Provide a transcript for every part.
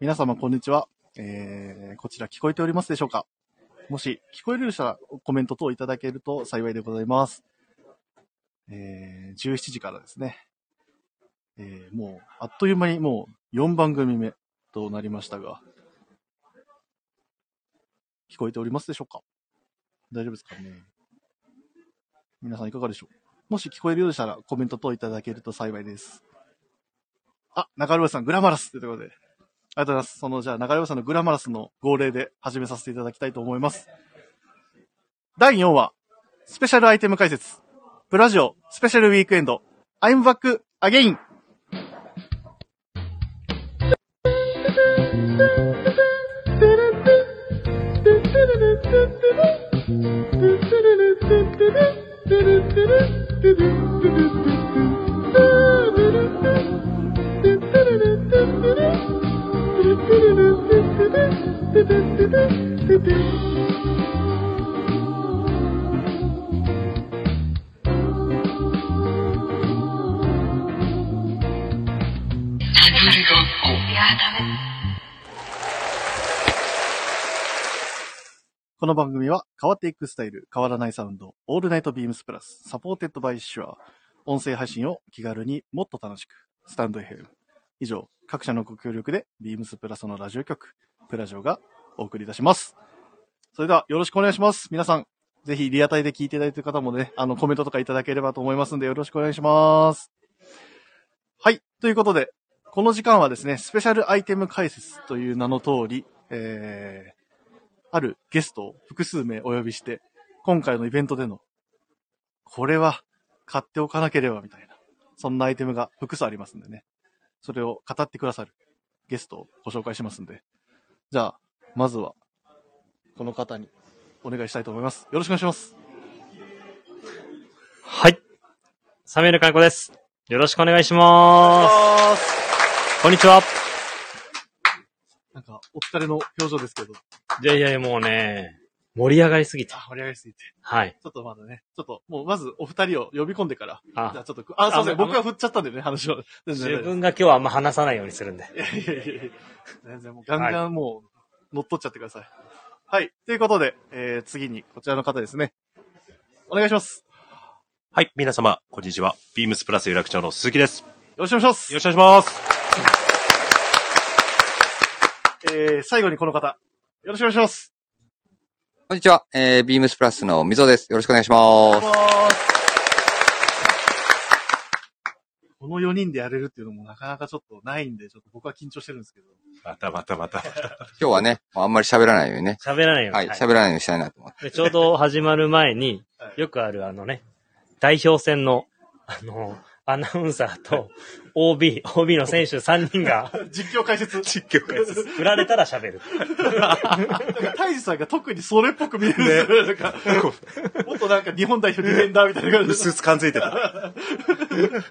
皆様、こんにちは。えー、こちら聞こえておりますでしょうかもし、聞こえるでしたら、コメント等いただけると幸いでございます。えー、17時からですね。えー、もう、あっという間にもう4番組目となりましたが、聞こえておりますでしょうか大丈夫ですかね皆さんいかがでしょうもし聞こえるようでしたら、コメント等いただけると幸いです。あ、中村さん、グラマラスということで。ありがとうございます。その、じゃあ、中山さんのグラマラスの号令で始めさせていただきたいと思います。第4話、スペシャルアイテム解説、プラジオスペシャルウィークエンド、I'm back again! 手ぶり学校この番組は変わっていくスタイル、変わらないサウンド、オールナイトビームスプラス、サポーテッドバイシュア、音声配信を気軽にもっと楽しく、スタンド FM。以上、各社のご協力で、ビームスプラスのラジオ局、プラジオがお送りいたします。それではよろしくお願いします。皆さん、ぜひリアタイで聞いていただいている方もね、あの、コメントとかいただければと思いますんで、よろしくお願いします。はい、ということで、この時間はですね、スペシャルアイテム解説という名の通り、えー、あるゲストを複数名お呼びして、今回のイベントでの、これは買っておかなければみたいな、そんなアイテムが複数ありますんでね。それを語ってくださるゲストをご紹介しますんで。じゃあ、まずは、この方にお願いしたいと思います。よろしくお願いします。はい。サミュエルカンコです。よろしくお願いしまーす。こんにちは。なんか、お疲れの表情ですけど、いやいやいや、もうね、盛り上がりすぎた。あ、盛り上がりすぎて。はい。ちょっとまだね、ちょっと、もうまずお二人を呼び込んでから、じゃああ、ちょっと、あ、すいませあん、僕が振っちゃったんでね、話を。全然自大丈夫です分が今日はあんま話さないようにするんで。いやいやいやいや 全然もうガンガンもう乗っ取っちゃってください。はい。ということで、えー、次にこちらの方ですね。お願いします。はい、皆様、こんにちは。ビームスプラス有楽町の鈴木です。よよろしくお願いします。ろしくお願いします。えー、最後にこの方。よろしくお願いします。こんにちは。えー、ビームスプラスのみぞです。よろしくお願いします。この4人でやれるっていうのもなかなかちょっとないんで、ちょっと僕は緊張してるんですけど。またまたまた。今日はね、あんまり喋らないようにね。 喋らないように。はい、はい喋らないようにしたいなと思って。でちょうど始まる前には、いよくあるあのね、代表戦の、あの、アナウンサーと OB、OB の選手3人が、実況解説。実況です。振られたら喋る。なんか、タイジさんが特にそれっぽく見えるんですよ。なんか、もっとなんか日本代表ディフェンダーみたいな感じうで。すうす感づいてた。絶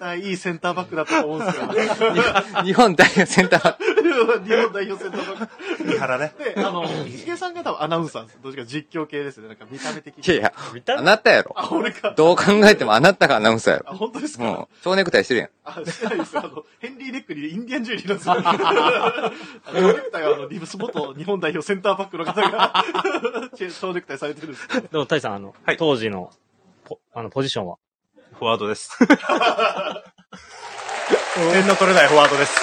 対いいセンターバックだったと思うんですよ。 日本代表センター、 日本代表センターバック。三原ね。で、あの、ヒゲさんが多分アナウンサーです。どっちか実況系ですよね。なんか見た目的に。いやいや、見あたなたやろ。あ、俺か。どう考えてもあなたがアナウンサーやあ、本当ですろ。もか、う、蝶ネクタイしてるやん。あ、してないですよ。あの、ヘンリー・ネックにインディアンジュエリーなんですよ。あの、ネクタイはあの、リブス元日本代表センターバックの方 が、チェ蝶ネクタイされてるんですけど。でも、タイさん、あの、はい当時の、ポあの、ポジションはフォワードです。点の取れないフォワードです。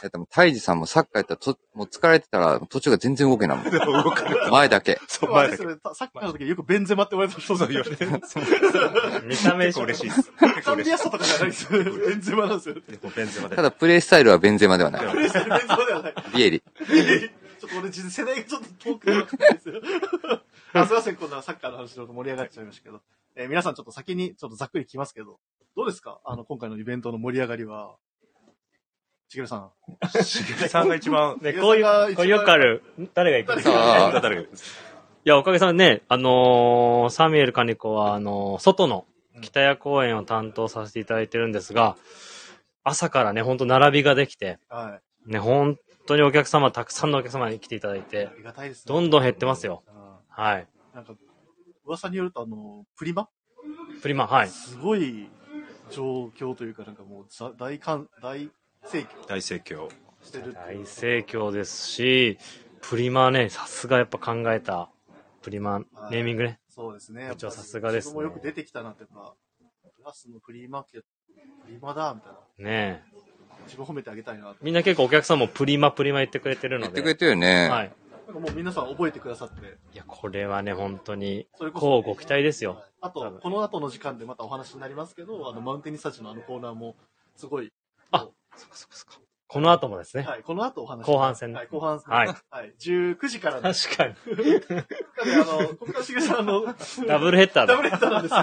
だってもう、タイジさんもサッカーやったらと、もう疲れてたら途中が全然動けないもん。前だけ。そう、あれ前ですだけ。よね、サッカーの時よくベンゼマって言われたそうそう言われてる。見た目でし結構ょ嬉しいです。結構サンデ嬉ィしアスタとかじゃないですよね。ベンゼマなんですよね。い。もうベンゼまでた。だ、プレイスタイルはベンゼマではない。ベンゼマではない。ビエリ。 ちょっと俺、世代がちょっと遠くなかったんですよ。 あすいません、こんなサッカーの話で盛り上がっちゃいましたけど。えー皆さんちょっと先にちょっとざっくり聞きますけど、どうですかあの、今回のイベントの盛り上がりは。ちげるさん。さんが一番、で、こうい皆さんが一番う、こういうよくある、誰が行くんですかさあ、誰がいや、おかげさまでね、あのーサミュエル金子は、あのー外の北谷公園を担当させていただいてるんですが、朝からね、ほんと並びができて、はい。ね、本当にお客様、たくさんのお客様に来ていただいてあ、りがたいですね。どんどん減ってますよ。あはい。ーなんか、噂によると、あの、プリマプリマ、はい。すごい状況というか、なんかもうざ、大感、大盛況。大盛況。してるっていう大盛況ですし、プリマね、さすがやっぱ考えた、プリマ、ネーミングね。そうですね。部長さすがですねそこもよく出てきたなって、やっぱ、ラスのフリーマーケット、フリマだ、みたいな。ねえ。自分褒めてあげたいなって。みんな結構お客さんもプリマプリマ言ってくれてる言のってで。くれてるよね。はい。なんかもう皆さん覚えてくださって、いや、これはね、本当に、それこそこうご期待ですよ。あ多と分、この後の時間でまたお話になりますけど、あの、マウンテニスたちのあのコーナーも、すごい、そっかそっかそっかこの後もですね。はい、この後お話。後半戦ねはい、後半戦。はい。はい、19時からの、確かに。であの、国家主義さんの、ダブルヘッダダーだブ。ルヘッダーなん です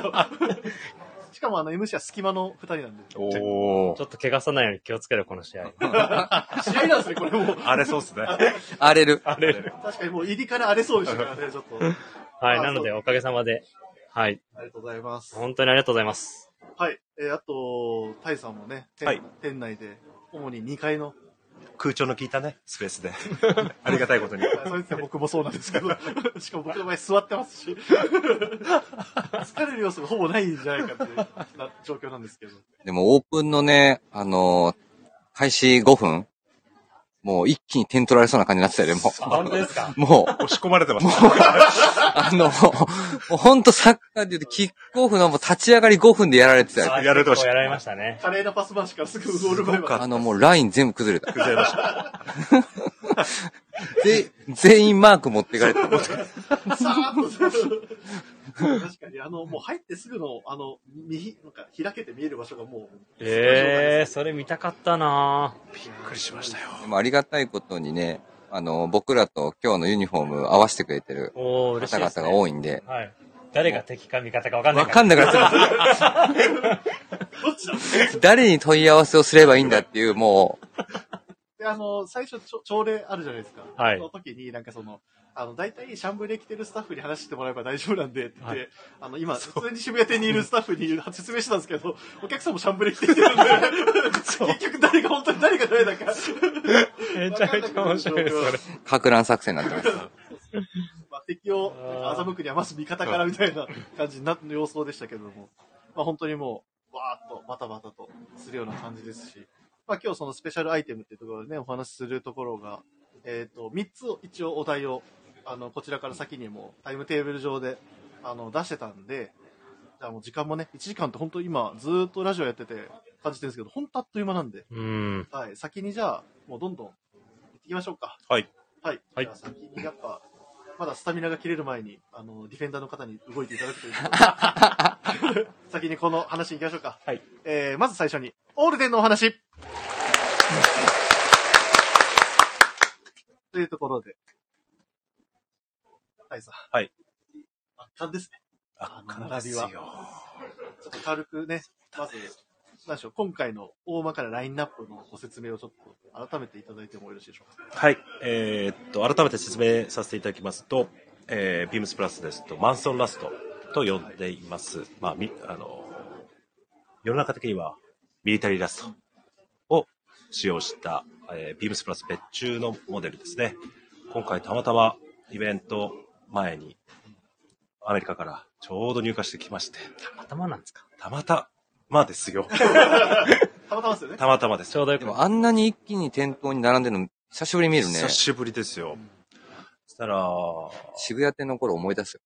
よ。しかもあの、MC は隙間の2人なんで。おちょっと怪我さないように気をつけろ、この試合。試合なんですね、これもう。あれそうっすね。荒れる。あれ確かにもう入りから荒れそうでしたから ね、ちょっと。あはい、あなのでそうおかげさまで。はい、りがとうございます。本当にありがとうございます。はい。えーあと、タイさんもね、店,、はい店内で、主に2階の、空調の効いたね、スペ ースで。ありがたいことに。そうですね、僕もそうなんですけど、 しかも僕の前座ってますし、 疲れる要素がほぼないんじゃないかっていうな状況なんですけど。でもオープンのね、あのー開始5分もう一気に点取られそうな感じになってたよね、も本当ですかう。もう、押し込まれてます。あの、もうほんとサッカーで言うと、キックオフのもう立ち上がり5分でやられてたよ。やられてましたやられましたね。華麗なパス回しからすぐゴール前まで。あの、もうライン全部崩れ た。崩れました。ぜ全員マーク持っていかれてた。さーっとする 確かに、あの、もう入ってすぐの、あの、右、なんか開けて見える場所がもう、ええー、それ見たかったなぁびっくりしましたよ。でもありがたいことにね、あの、僕らと今日のユニフォーム合わせてくれてるおー、嬉し方いで々す、ね。が多いんで、はい。誰が敵か味方か分かんないわらかんなくなっちゃう。どっちだ誰に問い合わせをすればいいんだっていう、もで、あの、最初、ちょ朝礼あるじゃないですか。はいその時に、なんかその、あの、大体、シャンブレ来てるスタッフに話してもらえば大丈夫なんで、って言って、あの、今、普通に渋谷店にいるスタッフに 説明してたんですけど、お客さんもシャンブレ来てき てるんで、結局誰が本当に誰が誰だか。めちゃめちゃ面白いです、それ。う、か乱作戦になってます。まあ、敵をあー欺くにはまず味方からみたいな感じになの様相でしたけれども、まあ、本当にもう、わーっとバタバタとするような感じですし、まあ、今日そのスペシャルアイテムっていうところでね、お話しするところが、えっ、と、3つを一応お題を、あの、こちらから先にもタイムテーブル上で、あの、出してたんで、じゃあもう時間もね、1時間って本当今ずーっとラジオやってて感じてるんですけど、本当あっという間なんで、うん。はい、先にじゃあ、もうどんどん行ってきましょうか。はい。はい。はいじゃあ先にやっぱ、まだスタミナが切れる前に、あの、ディフェンダーの方に動いていただくということ で。先にこの話に行きましょうか。はい。えー、まず最初に、オールデンのお話。というところで。はいさん。はい。圧巻ですね。あ並びはちょっと軽くね、まず、なんでしょう、今回の大まかなラインナップのご説明をちょっと改めていただいてもよろしいでしょうか。はい。えーっと、改めて説明させていただきますと、えー、ビームスプラスですと、マンソンラストと呼んでいます。まあ、み、あの、世の中的には、ミリタリーラストを使用した、えー、ビームスプラス別注のモデルですね。今回たまたまイベント前に、アメリカからちょうど入荷してきまして、頭なんですかたまたまですよ。たまたまですよね。たまたまですち。ょうどよでく。もあんなに一気に店頭に並んでるの久しぶりに見るね久。しぶりですよ。そしたら、渋谷店の頃思い出すよ。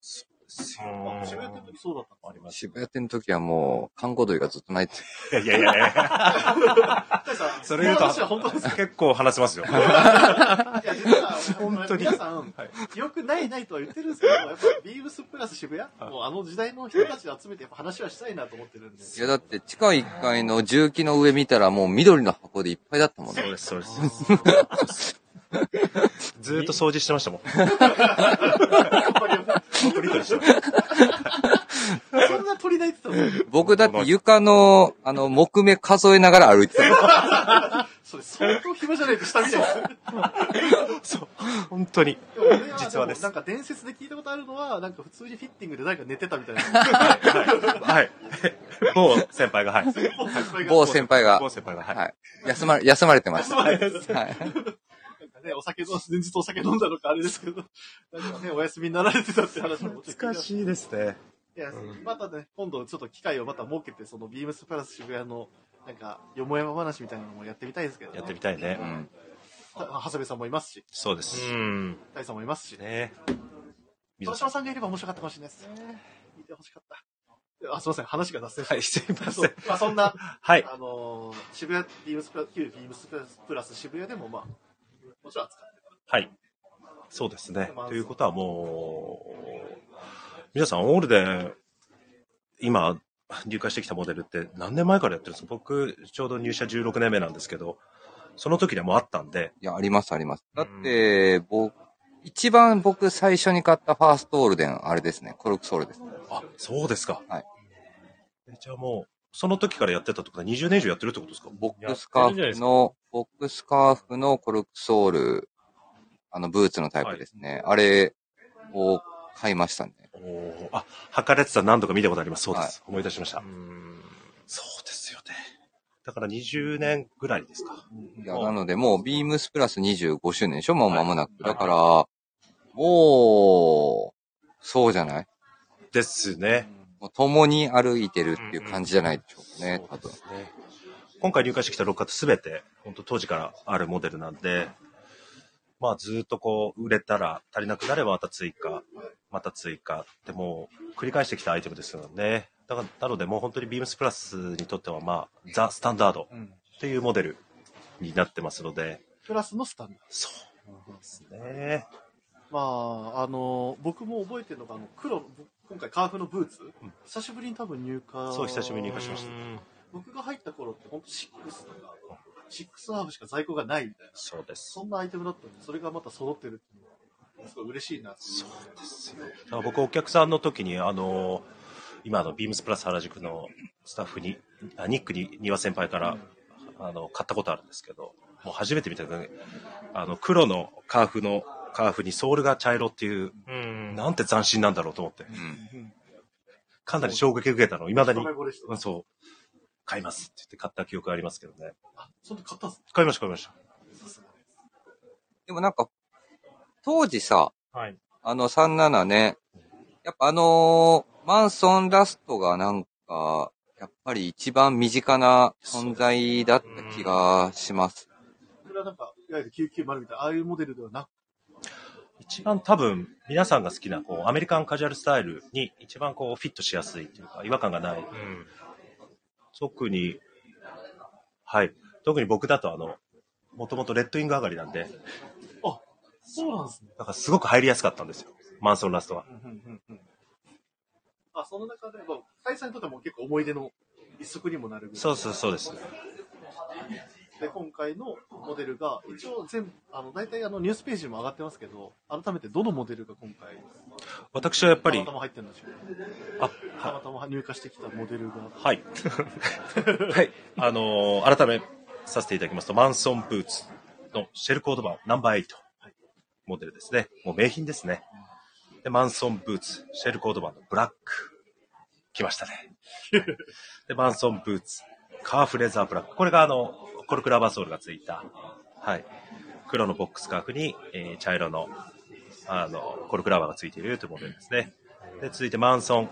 あ渋谷店の時そうだったんであります。渋谷店の時はもう、観光鳥がずっと泣いてたいやいやいや、すね。 それ言うことの話は本当ですか結構話せますよ。いや、実 は、本当に皆さん、記憶ないないとは言ってるんですけど、やっぱビームスプラス渋谷、もうあの時代の人たちを集めて、やっぱ話はしたいなと思ってるんで。いやだって地下1階の重機の上見たらもう緑の箱でいっぱいだったもんね。そうです、そうです。ずーっと掃除してましたもん。トリトリしてまし たそんな鳥泣いてたの僕だって床の、あの、木目数えながら歩いてたよ。それ相当暇じゃないと下みたいです。本当に。でも俺は実はですなんか伝説で聞いたことあるのは、なんか普通にフィッティングで誰か寝てたみ たいな。はい。某先輩が、はい。某先輩が某、先輩が、はい。はい。休まれ、休まれてました。はい。なんかね、お酒飲ん、前日お酒飲んだのかあれですけど、なんかね、お休みになられてたって話ももちろん聞いてますしいですね。いや、またね、今度ちょっと機会をまた設けて、そのビームスプラス渋谷の、なんか、よもやま話みたいなのもやってみたいですけど、ね。やってみたいねう。ん。た長谷部さんもいますし、そうです。うん。大さんもいますしね。ね。長島さんがいれば面白かったかもしれないですね。見てほしかった。あ、すいません。話が脱線しはた。い、すいまそせんう。まあ、そんな、はい。あのー渋谷ビームスプラス、旧ビームスプラスプラス渋谷でも、まあ、もちろん扱ってはい。そうですね。ということはもう、皆さんオールで、今、入会してきたモデルって何年前からやってるんですか僕、ちょうど入社16年目なんですけど、その時にはもうあったんで、いや、あります、あります。だって、僕、一番僕最初に買ったファーストオールデン、あれですね。コルクソールです。あ、そうですか。はいえ。じゃあもう、その時からやってたってことは20年以上やってるってことですかボックスカーフの、ボックスカーフのコルクソール、あの、ブーツのタイプですね。あれを買いましたね。おーあ、測れてた何度か見たことあります。そうです。思い出しましたう。んそうですよね。だから20年ぐらいですか。いや、おなので、もう、ビームスプラス25周年でしょもう間もなく。はいだから、もう、そうじゃないですね。もう共に歩いてるっていう感じじゃないでしょうかね、そ多うで分。すね。今回入荷してきた6型すべて、本当当時からあるモデルなんで、まあずっとこう、売れたら足りなくなればまた追加、また追加ってもう繰り返してきたアイテムですよね。だから、なのでもう本当にビームスプラスにとってはまあ、ザ・スタンダードっていうモデルになってますので、プラスのスタンダーそうですね。ド。まあ、あのー僕も覚えてるのが、あの、黒の、今回カーフのブーツ、うん久しぶりに多分入荷。そう久しぶりに入荷しましたうん僕が入った頃って、ほんと6とか、6ハーフしか在庫がないみたいな。そうです。そんなアイテムだったんで、それがまた揃ってるっていうのは、すごい嬉しいな。そうですよ。だから僕お客さんの時に、あの、今あのビームスプラス原宿のスタッフに、あニックに庭先輩から、あの、買ったことあるんですけど、もう初めて見た時にあの、黒のカーフの、カーフにソールが茶色っていう、うん。なんて斬新なんだろうと思って、うん。かなり衝撃受けたのを未だに一目、惚れしてうんそう、買いますって言って買った記憶ありますけどね。あ、そんな買ったんす買いました、買いました。でもなんか、当時さ、はい。あの37ね、やっぱあのーマンソンラストがなんか、やっぱり一番身近な存在だった気がします。これはなんか、いわゆる990みたいな、ああいうモデルではなく、一番多分皆さんが好きなこうアメリカンカジュアルスタイルに一番こうフィットしやすいというか違和感がないうん。特に、はい。特に僕だとあの、もともとレッドイング上がりなんで、そうなんですね。だからすごく入りやすかったんですよ。マンソンラストは。あ、その中でも、大佐にとってはもう結構思い出の一足にもなるぐらい。そうそうそうです。で、今回のモデルが、一応全部、あの、大体あの、ニュースページにも上がってますけど、改めてどのモデルが今回、やっ私はやっぱたりまた、ま入ってるんでしょうかあ、たまはたま入荷してきたモデルが。はい。はい。あのー改めさせていただきますと、マンソンブーツのシェルコード版ナンバー8モデルですね。もう名品ですね。で、マンソンブーツ、シェルコード版のブラック。来ましたね。で、マンソンブーツ、カーフレザーブラック。これがあの、コルクラバーソールがついた、はい。黒のボックスカーフに、えー茶色の、あの、コルクラバーがついているというモデルですね。で、続いてマンソン、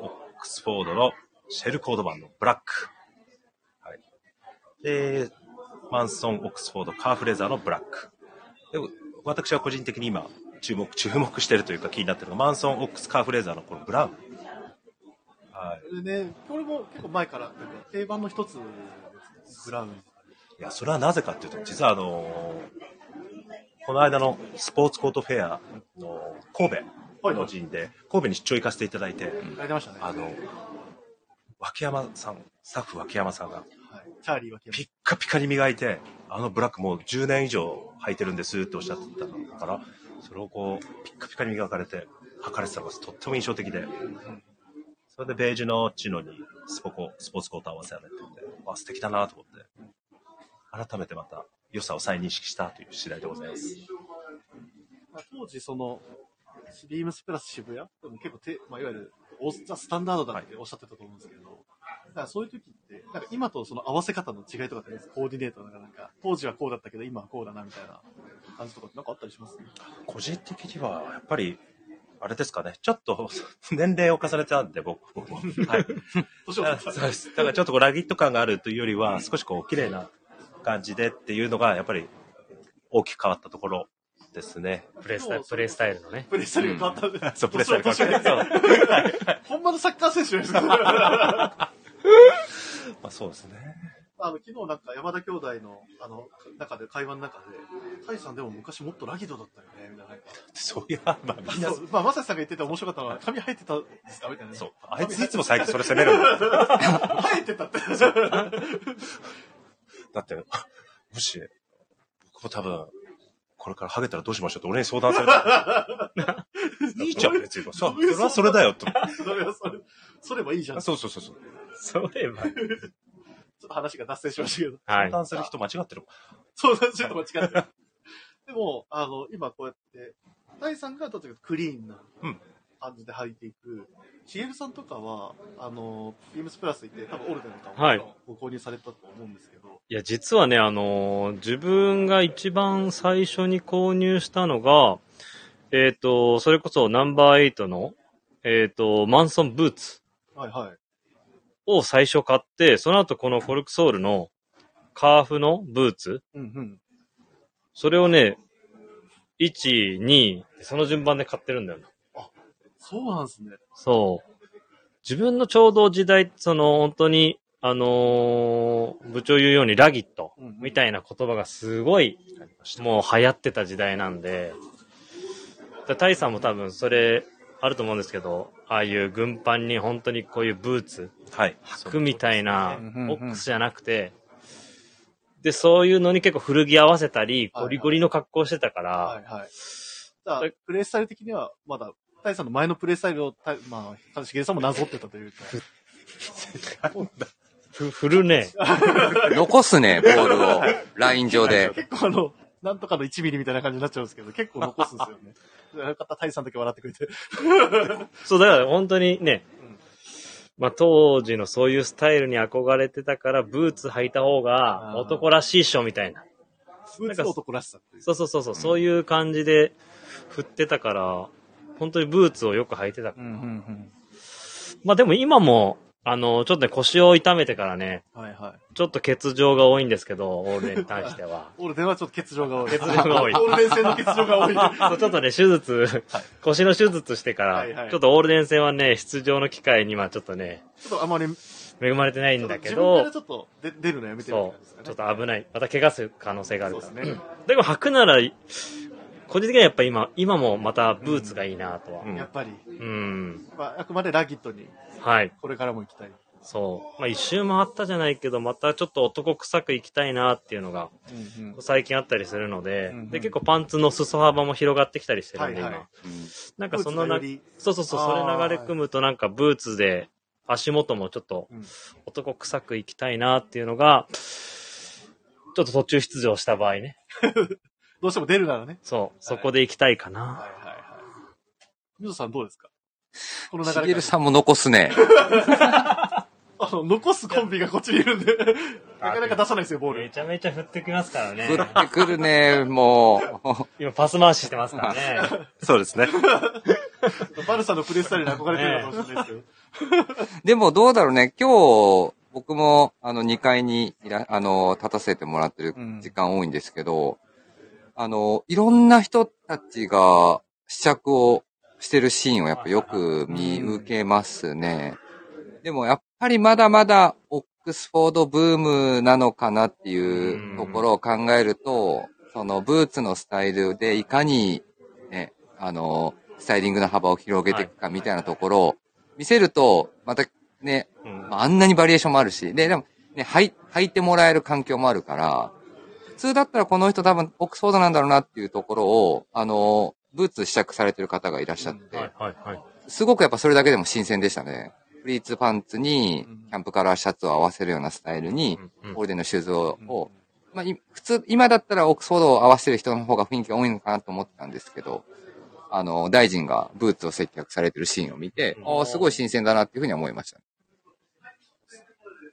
オックスフォードのシェルコード版のブラック。はい。で、マンソン、オックスフォード、カーフレザーのブラック。で、私は個人的に今、注目、注目してるというか気になってるのが、マンソン、オックス、カーフレザーのこのブラウン。はい。でね、これも結構前からあって定番の一つですね、ブラウン。いや、それはなぜかっていうと、実はあのーこの間のスポーツコートフェアの神戸の陣で、神戸に出張行かせていただいて、やりましたね。あはの、脇山さん、スタッフ脇山さんが、い。チャーリーはピッカピカに磨いて、あのブラックもう10年以上履いてるんですっておっしゃってたのだから、それをこう、ピッカピカに磨かれて、履かれてたのがとっても印象的で、それでベージュのチノにスポコ、スポーツコート合わせられてて、あ、素敵だなと思って、改めてまた良さを再認識したという次第でございます。まあ当時そのビームスプラス渋谷でも結構て、まあ、いわゆるオーザスタンダードだっておっしゃってたと思うんですけど、だからそういう時ってなんか今とその合わせ方の違いとかってありますコーディネートがなんか当時はこうだったけど今はこうだなみたいな感じとかってなんかあったりします個人的には、やっぱり、あれですかね、ちょっと年齢を重ねたんで、僕僕も。はい。年を取あったそうらです。だからちょっとこうラギット感があるというよりは、少しこう綺麗な感じでっていうのが、やっぱり大きく変わったところですね。プレイスタイル、プレイスタイルのね。プレイスタイルが変わったんで そう、プレスタイル年は変わった。そう本場のサッカー選手ですあまあそうですね。の、昨日なんか山田兄弟の、あの、中で、会話の中で、タイさんでも昔もっとラギドだったよね、みたいな。そういや、まあみんなそ、うまあ、まさしさんが言ってて面白かったのは、髪生えてたんですかみたいな。そう。あいついつも最近それ責めるんだよ。生えてたって。だって、もし、僕も多分、これからハゲたらどうしましょうって俺に相談された。いいじゃん、別に。そう、それはそれだよ、と。 それはそれ、そればいいじゃん。ちょそうそうそうそう。そういえば。っと話が脱線しましたけど。は相い。談する人間違ってるもん。そうだ、ちょっと間違ってる。でも、あの、今こうやって、タイさんがどっちかというとクリーンなうん感じで履いていく。シエルさんとかは、あの、ビームスプラス行って、多分オルデンとかはもいご購入されたと思うんですけど、いや、実はね、あのー自分が一番最初に購入したのが、えっ、と、それこそナンバー8の、えっ、と、マンソンブーツはいはい。を最初買って、その後このコルクソールのカーフのブーツ、うんうん。それをね、1、2、その順番で買ってるんだよね。そうなんですね。そう。自分のちょうど時代、その本当に、あのー部長言うようにラギットうんうんみたいな言葉がすごいもう流行ってた時代なんで、だタイさんも多分それあると思うんですけど、ああいう軍パンに本当にこういうブーツ、はい。履くみたいなそうですねボックスじゃなくて、で、そういうのに結構古着合わせたり、ゴリゴリの格好してたから、はいはい。だからプレイスタイル的には、まだ、タイさんの前のプレイスタイルをタイ、まあ、しげさんもなぞってたというか、ふ振るね。残すね、ボールを。ライン上で。結構あの、なんとかの1ミリみたいな感じになっちゃうんですけど、結構残すんですよね。で よかった、タイさんだけ笑ってくれて。そう、だから本当にねうん、まあ当時のそういうスタイルに憧れてたから、ブーツ履いた方が男らしいっしょみたいな。ブーツの男らしさっていう。そうそうそうそう、そういう感じで振ってたから、本当にブーツをよく履いてたから。うんうんまあでも今も、あの、ちょっとね、腰を痛めてからね、うん。はいはい。ちょっと欠場が多いんですけど、オールデンに対して 。はオールデンはちょっと欠場が多い。欠場が多 いオールデン戦の欠場が多 い。そうちょっとね、手術、腰の手術してから、はいはいちょっとオールデン戦はね、出場の機会にはちょっとね、ちょっとあまり、恵まれてないんだけ自分からど、ちょっと出出るのやめてるみたいそなですかう、ね。ちょっと危ない。また怪我する可能性があるそうかでら。すね。でも履くなら、個人的にはやっぱ今、今もまたブーツがいいなとは。うんやっぱり、うん。まあ、あくまでラギットに、はい。これからも行きたい。そう。まあ一周回ったじゃないけど、またちょっと男臭く行きたいなっていうのが、うんうん。最近あったりするので、うんうんで、結構パンツの裾幅も広がってきたりしてるんで、はいはい今。うんなんかそのブーなツがより、そうそうそう、あーそれ流れ組むとなんかブーツで、足元もちょっとうん男臭く行きたいなっていうのが、ちょっと途中出場した場合ね。どうしても出るならね。そう、そこで行きたいかな。はいはいはい。水野さんどうですかこの流れしからげるさんも残すね。あの、残すコンビがこっちにいるんで、なかなか出さないですよ、ボーめル。ちゃめちゃ振ってきますからね降。ってくるね、もう。 今パス回ししてます からね。そうですね。バルサのプレースタイルに憧れてるのかもしれないですけど。でもどうだろうね、今日、僕も、あの、2階にいら、あの、立たせてもらってる時間多いんですけど、あの、いろんな人たちが試着をしてるシーンをやっぱよく見受けますね。でもやっぱりまだまだ、オックスフォードブームなのかなっていうところを考えると、そのブーツのスタイルでいかに、ね、あの、スタイリングの幅を広げていくかみたいなところを見せると、またね、うんまあ、あんなにバリエーションもあるし、で、でも、ね、はい、履いてもらえる環境もあるから、普通だったらこの人多分オックスフォードなんだろうなっていうところを、あの、ブーツ試着されてる方がいらっしゃって、はいはいはい。すごくやっぱそれだけでも新鮮でしたね。プリーツパンツに、キャンプカラーシャツを合わせるようなスタイルに、うんうんオールデンのシューズを、まあ、い普通、今だったらオックスフォードを合わせる人の方が雰囲気が多いのかなと思ってたんですけど、あの、大臣がブーツを接客されてるシーンを見て、うんああ、すごい新鮮だなっていうふうには思いました。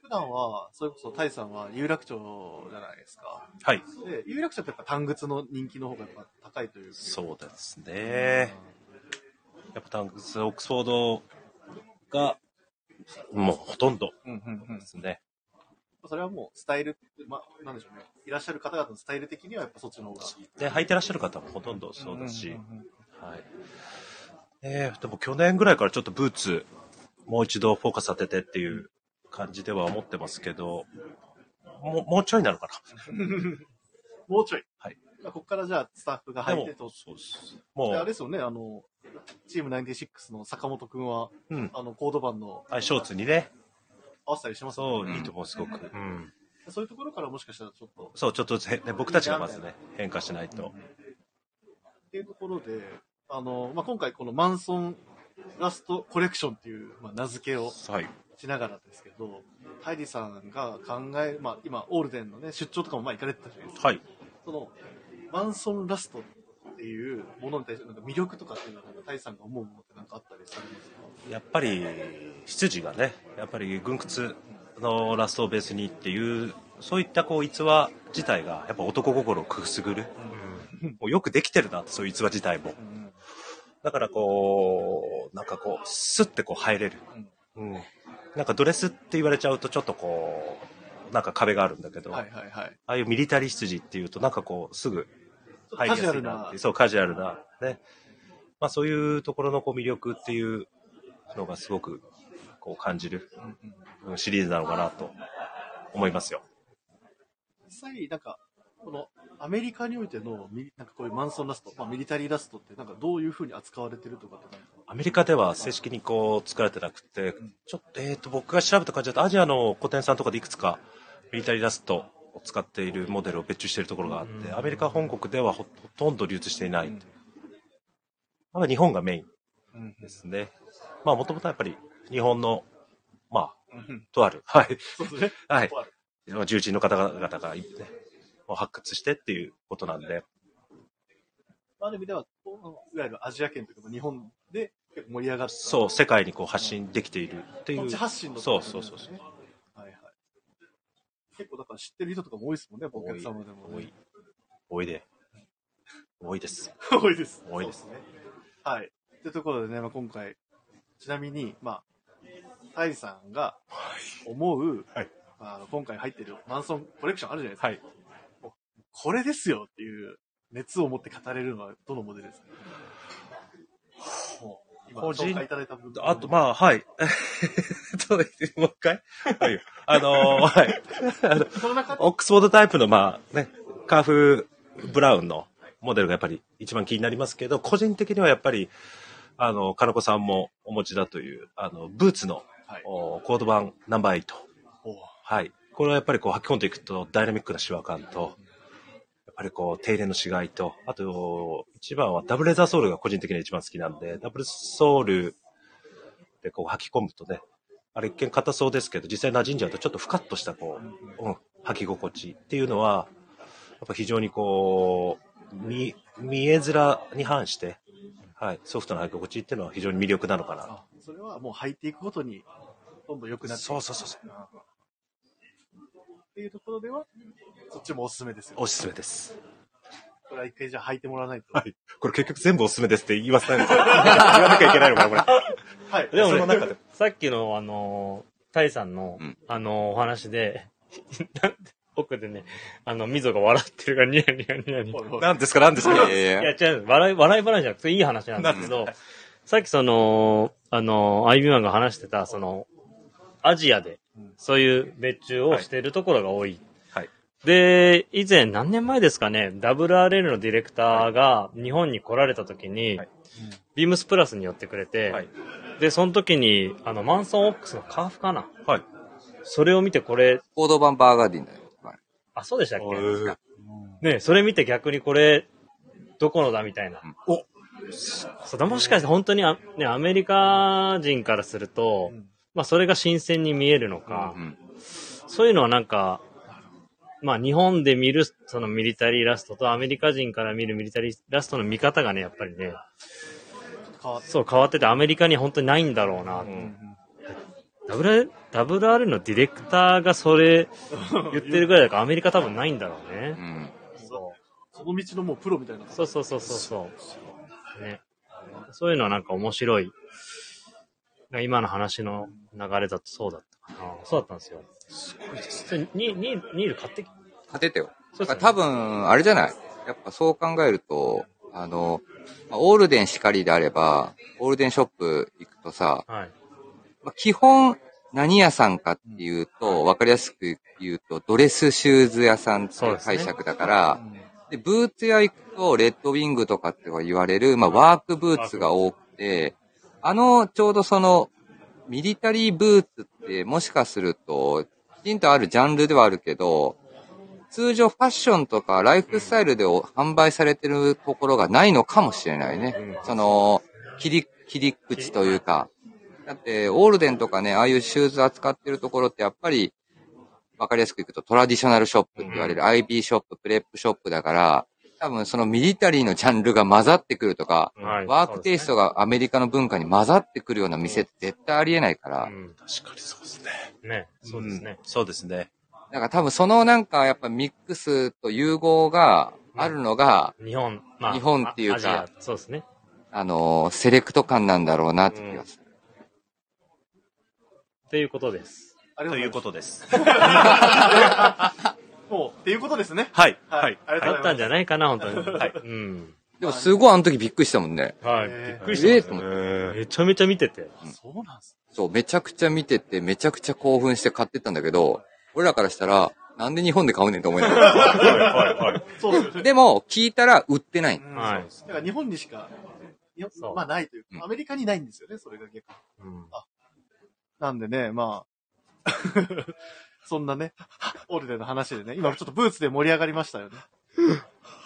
普段は、それこそタイさんは有楽町じゃないですか。はい。で、有楽町ってやっぱ単靴の人気の方がやっぱ高いという。そうですね。やっぱタンクス、オックスフォードが、もうほとんどうんうんうんですね。それはもうスタイル、まあ、なんでしょうね。いらっしゃる方々のスタイル的にはやっぱそっちの方が。で、履いてらっしゃる方もほとんどそうだし、んんんはい。えーでも去年ぐらいからちょっとブーツ、もう一度フォーカス当ててっていう感じでは思ってますけど、もう、もうちょいなのかもうちょい。はい。まあ、ここからじゃあスタッフがな。で入っもてと。、そうです。であもれう、ですよね、あの、チーム96の坂本くんは、うん。あの、コード版のあショーツにね、合わせたりしてますもんねそう、いいと思う、すごく。うん。そういうところからもしかしたらちょっと、そう、ちょっとずつ、ね、僕たちがまずね、変化しないと。っていうところで、あの、まあ、今回このマンソンラストコレクションっていう、まあ、名付けをはい。しながらですけど、ハイリさんが考え、まあ、今、オールデンのね、出張とかも前行かれてたじゃないですか。はい。その、マンソンラストっていうものに対して、なんか魅力とかっていうのは、なんかタイさんが思うものってなんかあったりされますかやっぱり、執事がね、やっぱり軍屈のラストをベースにっていう、そういったこう逸話自体が、やっぱ男心をくすぐる。もうよくできてるな、そういう逸話自体も。うん。だからこう、なんかこう、スッてこう入れる。うん。なんかドレスって言われちゃうとちょっとこう、なんか壁があるんだけど、はいあはいはい。あいうミリタリー羊っていうとなんかこう、すぐちょっと入カりジュやアすいルなっなていう、そう、カジュアルな。ね。まあそういうところのこう魅力っていうのがすごくこう感じるうんうんうんシリーズなのかなと思いますよ。実際、なんか、このアメリカにおいてのミリ、なんかこういうマンソンラスト、まあ、ミリタリーラストって、なんかどういうふうに扱われてるとかってなんか、アメリカでは正式にこう作られてなくて、ちょっと、えっ、と、僕が調べた感じだと、アジアの古典さんとかでいくつか、ミリタリーラストを使っているモデルを別注しているところがあって、アメリカ本国ではほほとんど流通していない。まだ日本がメインうんですね。まあ、もともとやっぱり日本の、まあ、うんとある、はい、そうですね。はいとある、重鎮の方々が、ね、を発掘してっていうことなんで、ある意味では、こうあのいわゆるアジア圏というか、日本で結構盛り上がった。そう、世界にこう発信できているっていこっうち。発信のとこそろうなんだそようねそうそう。はいはい。結構だから知ってる人とかも多いですもんね、やっぱお客様でも、多い。。多いで。多いです。 多いです。多いですそうね。はい。というところでね、まあ、今回、ちなみに、まあ、タイさんが思う、はいまああの今回入ってるマンソンコレクションあるじゃないですか。はい。これですよっていう熱を持って語れるのはどのモデルですかもう今、個人紹介いただいた部分。あと、まあ、はい。 えっと、もう一回はい。あのーはい。あ、その中で、オックスフォードタイプの、まあ、ね、カーフブラウンのモデルがやっぱり一番気になりますけど、個人的にはやっぱり、あの、金子さんもお持ちだという、あの、ブーツの、はい。おコード版ナンバー8。おうはい。これはやっぱりこう、履き込んでいくと、ダイナミックなシワ感と、やっぱりこう、手入れのしがいと、あと、一番はダブルレザーソールが個人的には一番好きなんで、ダブルソールでこう、履き込むとね、あれ一見硬そうですけど、実際馴染んじゃうとちょっとふかっとしたこう、うん、履き心地っていうのは、やっぱ非常にこう、見、見えづらに反して、はい、ソフトな履き心地っていうのは非常に魅力なのかな。あそれはもう履いていくごとに、どんどん良くなっていくそうそうそうそう。っていうところでは、そっちもおすすめですよ。おすすめです。これは一回じゃあ履いてもらわないと。はい。これ結局全部おすすめですって言わせたいんですよ。言わなきゃいけないのかな、こはい。でそのも中でね、さっきの、あのー、タイさんの、うんあのー、お話で、 なんで奥でね、あの、溝が笑ってるから、ニヤニヤニヤニヤ。れ。なんですか、なんですか。いやいいや、や違う、笑い、笑い話じゃなくていい話なんですけど、さっきその、あの、アイビーマンが話してた、その、アジアでうん、そういう別注をしているところが多い。はい。で、以前、何年前ですかね、WRL のディレクターが日本に来られた時に、はいビームスプラスに寄ってくれて、はい。で、その時に、あの、マンソンオックスのカーフかなはい。それを見てこれ、 コード版バーガーディンだよ。はいあ、そうでしたっおけーね、それ見て逆にこれ、どこのだみたいな。おそうだ、もしかして本当にあ、ね、アメリカ人からすると、うんまあそれが新鮮に見えるのか、うん。そういうのはなんか、まあ日本で見るそのミリタリーラストとアメリカ人から見るミリタリーラストの見方がね、やっぱりね、変わっそう変わっててアメリカに本当にないんだろうな。WR WR のディレクターがそれ言ってるぐらいだからアメリカ多分ないんだろううね。ん。そその道のもうプロみたいな。うそうそうそうそうそう。ね。そういうのはなんか面白い。今の話の流れだとそうだった。あそうだったんですよ。すごいですね。それニニールニール買ってき勝てたよ。そうですね多分、あれじゃないやっぱそう考えると、あの、まあオールデンしかりであれば、オールデンショップ行くとさ、はい。まあ基本、何屋さんかっていうと、わかりやすく言うと、ドレスシューズ屋さんっていう解釈だから、で、ブーツ屋行くと、レッドウィングとかって言われる、まあ、ワークブーツが多くて、あの、ちょうどその、ミリタリーブーツって、もしかすると、きちんとあるジャンルではあるけど、通常ファッションとかライフスタイルでお販売されてるところがないのかもしれないね。その、切り、切り口というか。だって、オールデンとかね、ああいうシューズ扱ってるところって、やっぱり、わかりやすくいくと、トラディショナルショップって言われる IB ショップ、プレップショップだから、多分そのミリタリーのジャンルが混ざってくるとか、はいワークテイストが。がアメリカの文化に混ざってくるような店って絶対ありえないから、うん確かにそうですね。ね、そうですねん。。そうですね。だから多分そのなんかやっぱミックスと融合があるのが、日本、まあ、日本っていうかあアジアそうですね。あのー、セレクト感なんだろうなって気がする。っていうことです。ありがとといううごこざいまとです。す。もう、っていうことですね。はい。ははいい。ありがとうございあまはすいったんじゃないかな、本当に。はい。うん。でもすごいあの時びっくりしたもんね。はい。えびーっくりしえーたと。めちゃめちゃ見てて。そうなんです。そう、めちゃくちゃ見てて、めちゃくちゃ興奮して買ってったんだけど、俺らからしたら、なんで日本で買うねんと思いながら。はいはいはい。そうですよね。でも、聞いたら売ってない。うんはいそうですだから日本にしか、日そ本うまあないといううか、んアメリカにないんですよね、それが逆に。うんなんでね、まあ、 そんなね、オルデの話でね、今ちょっとブーツで盛り上がりましたよね。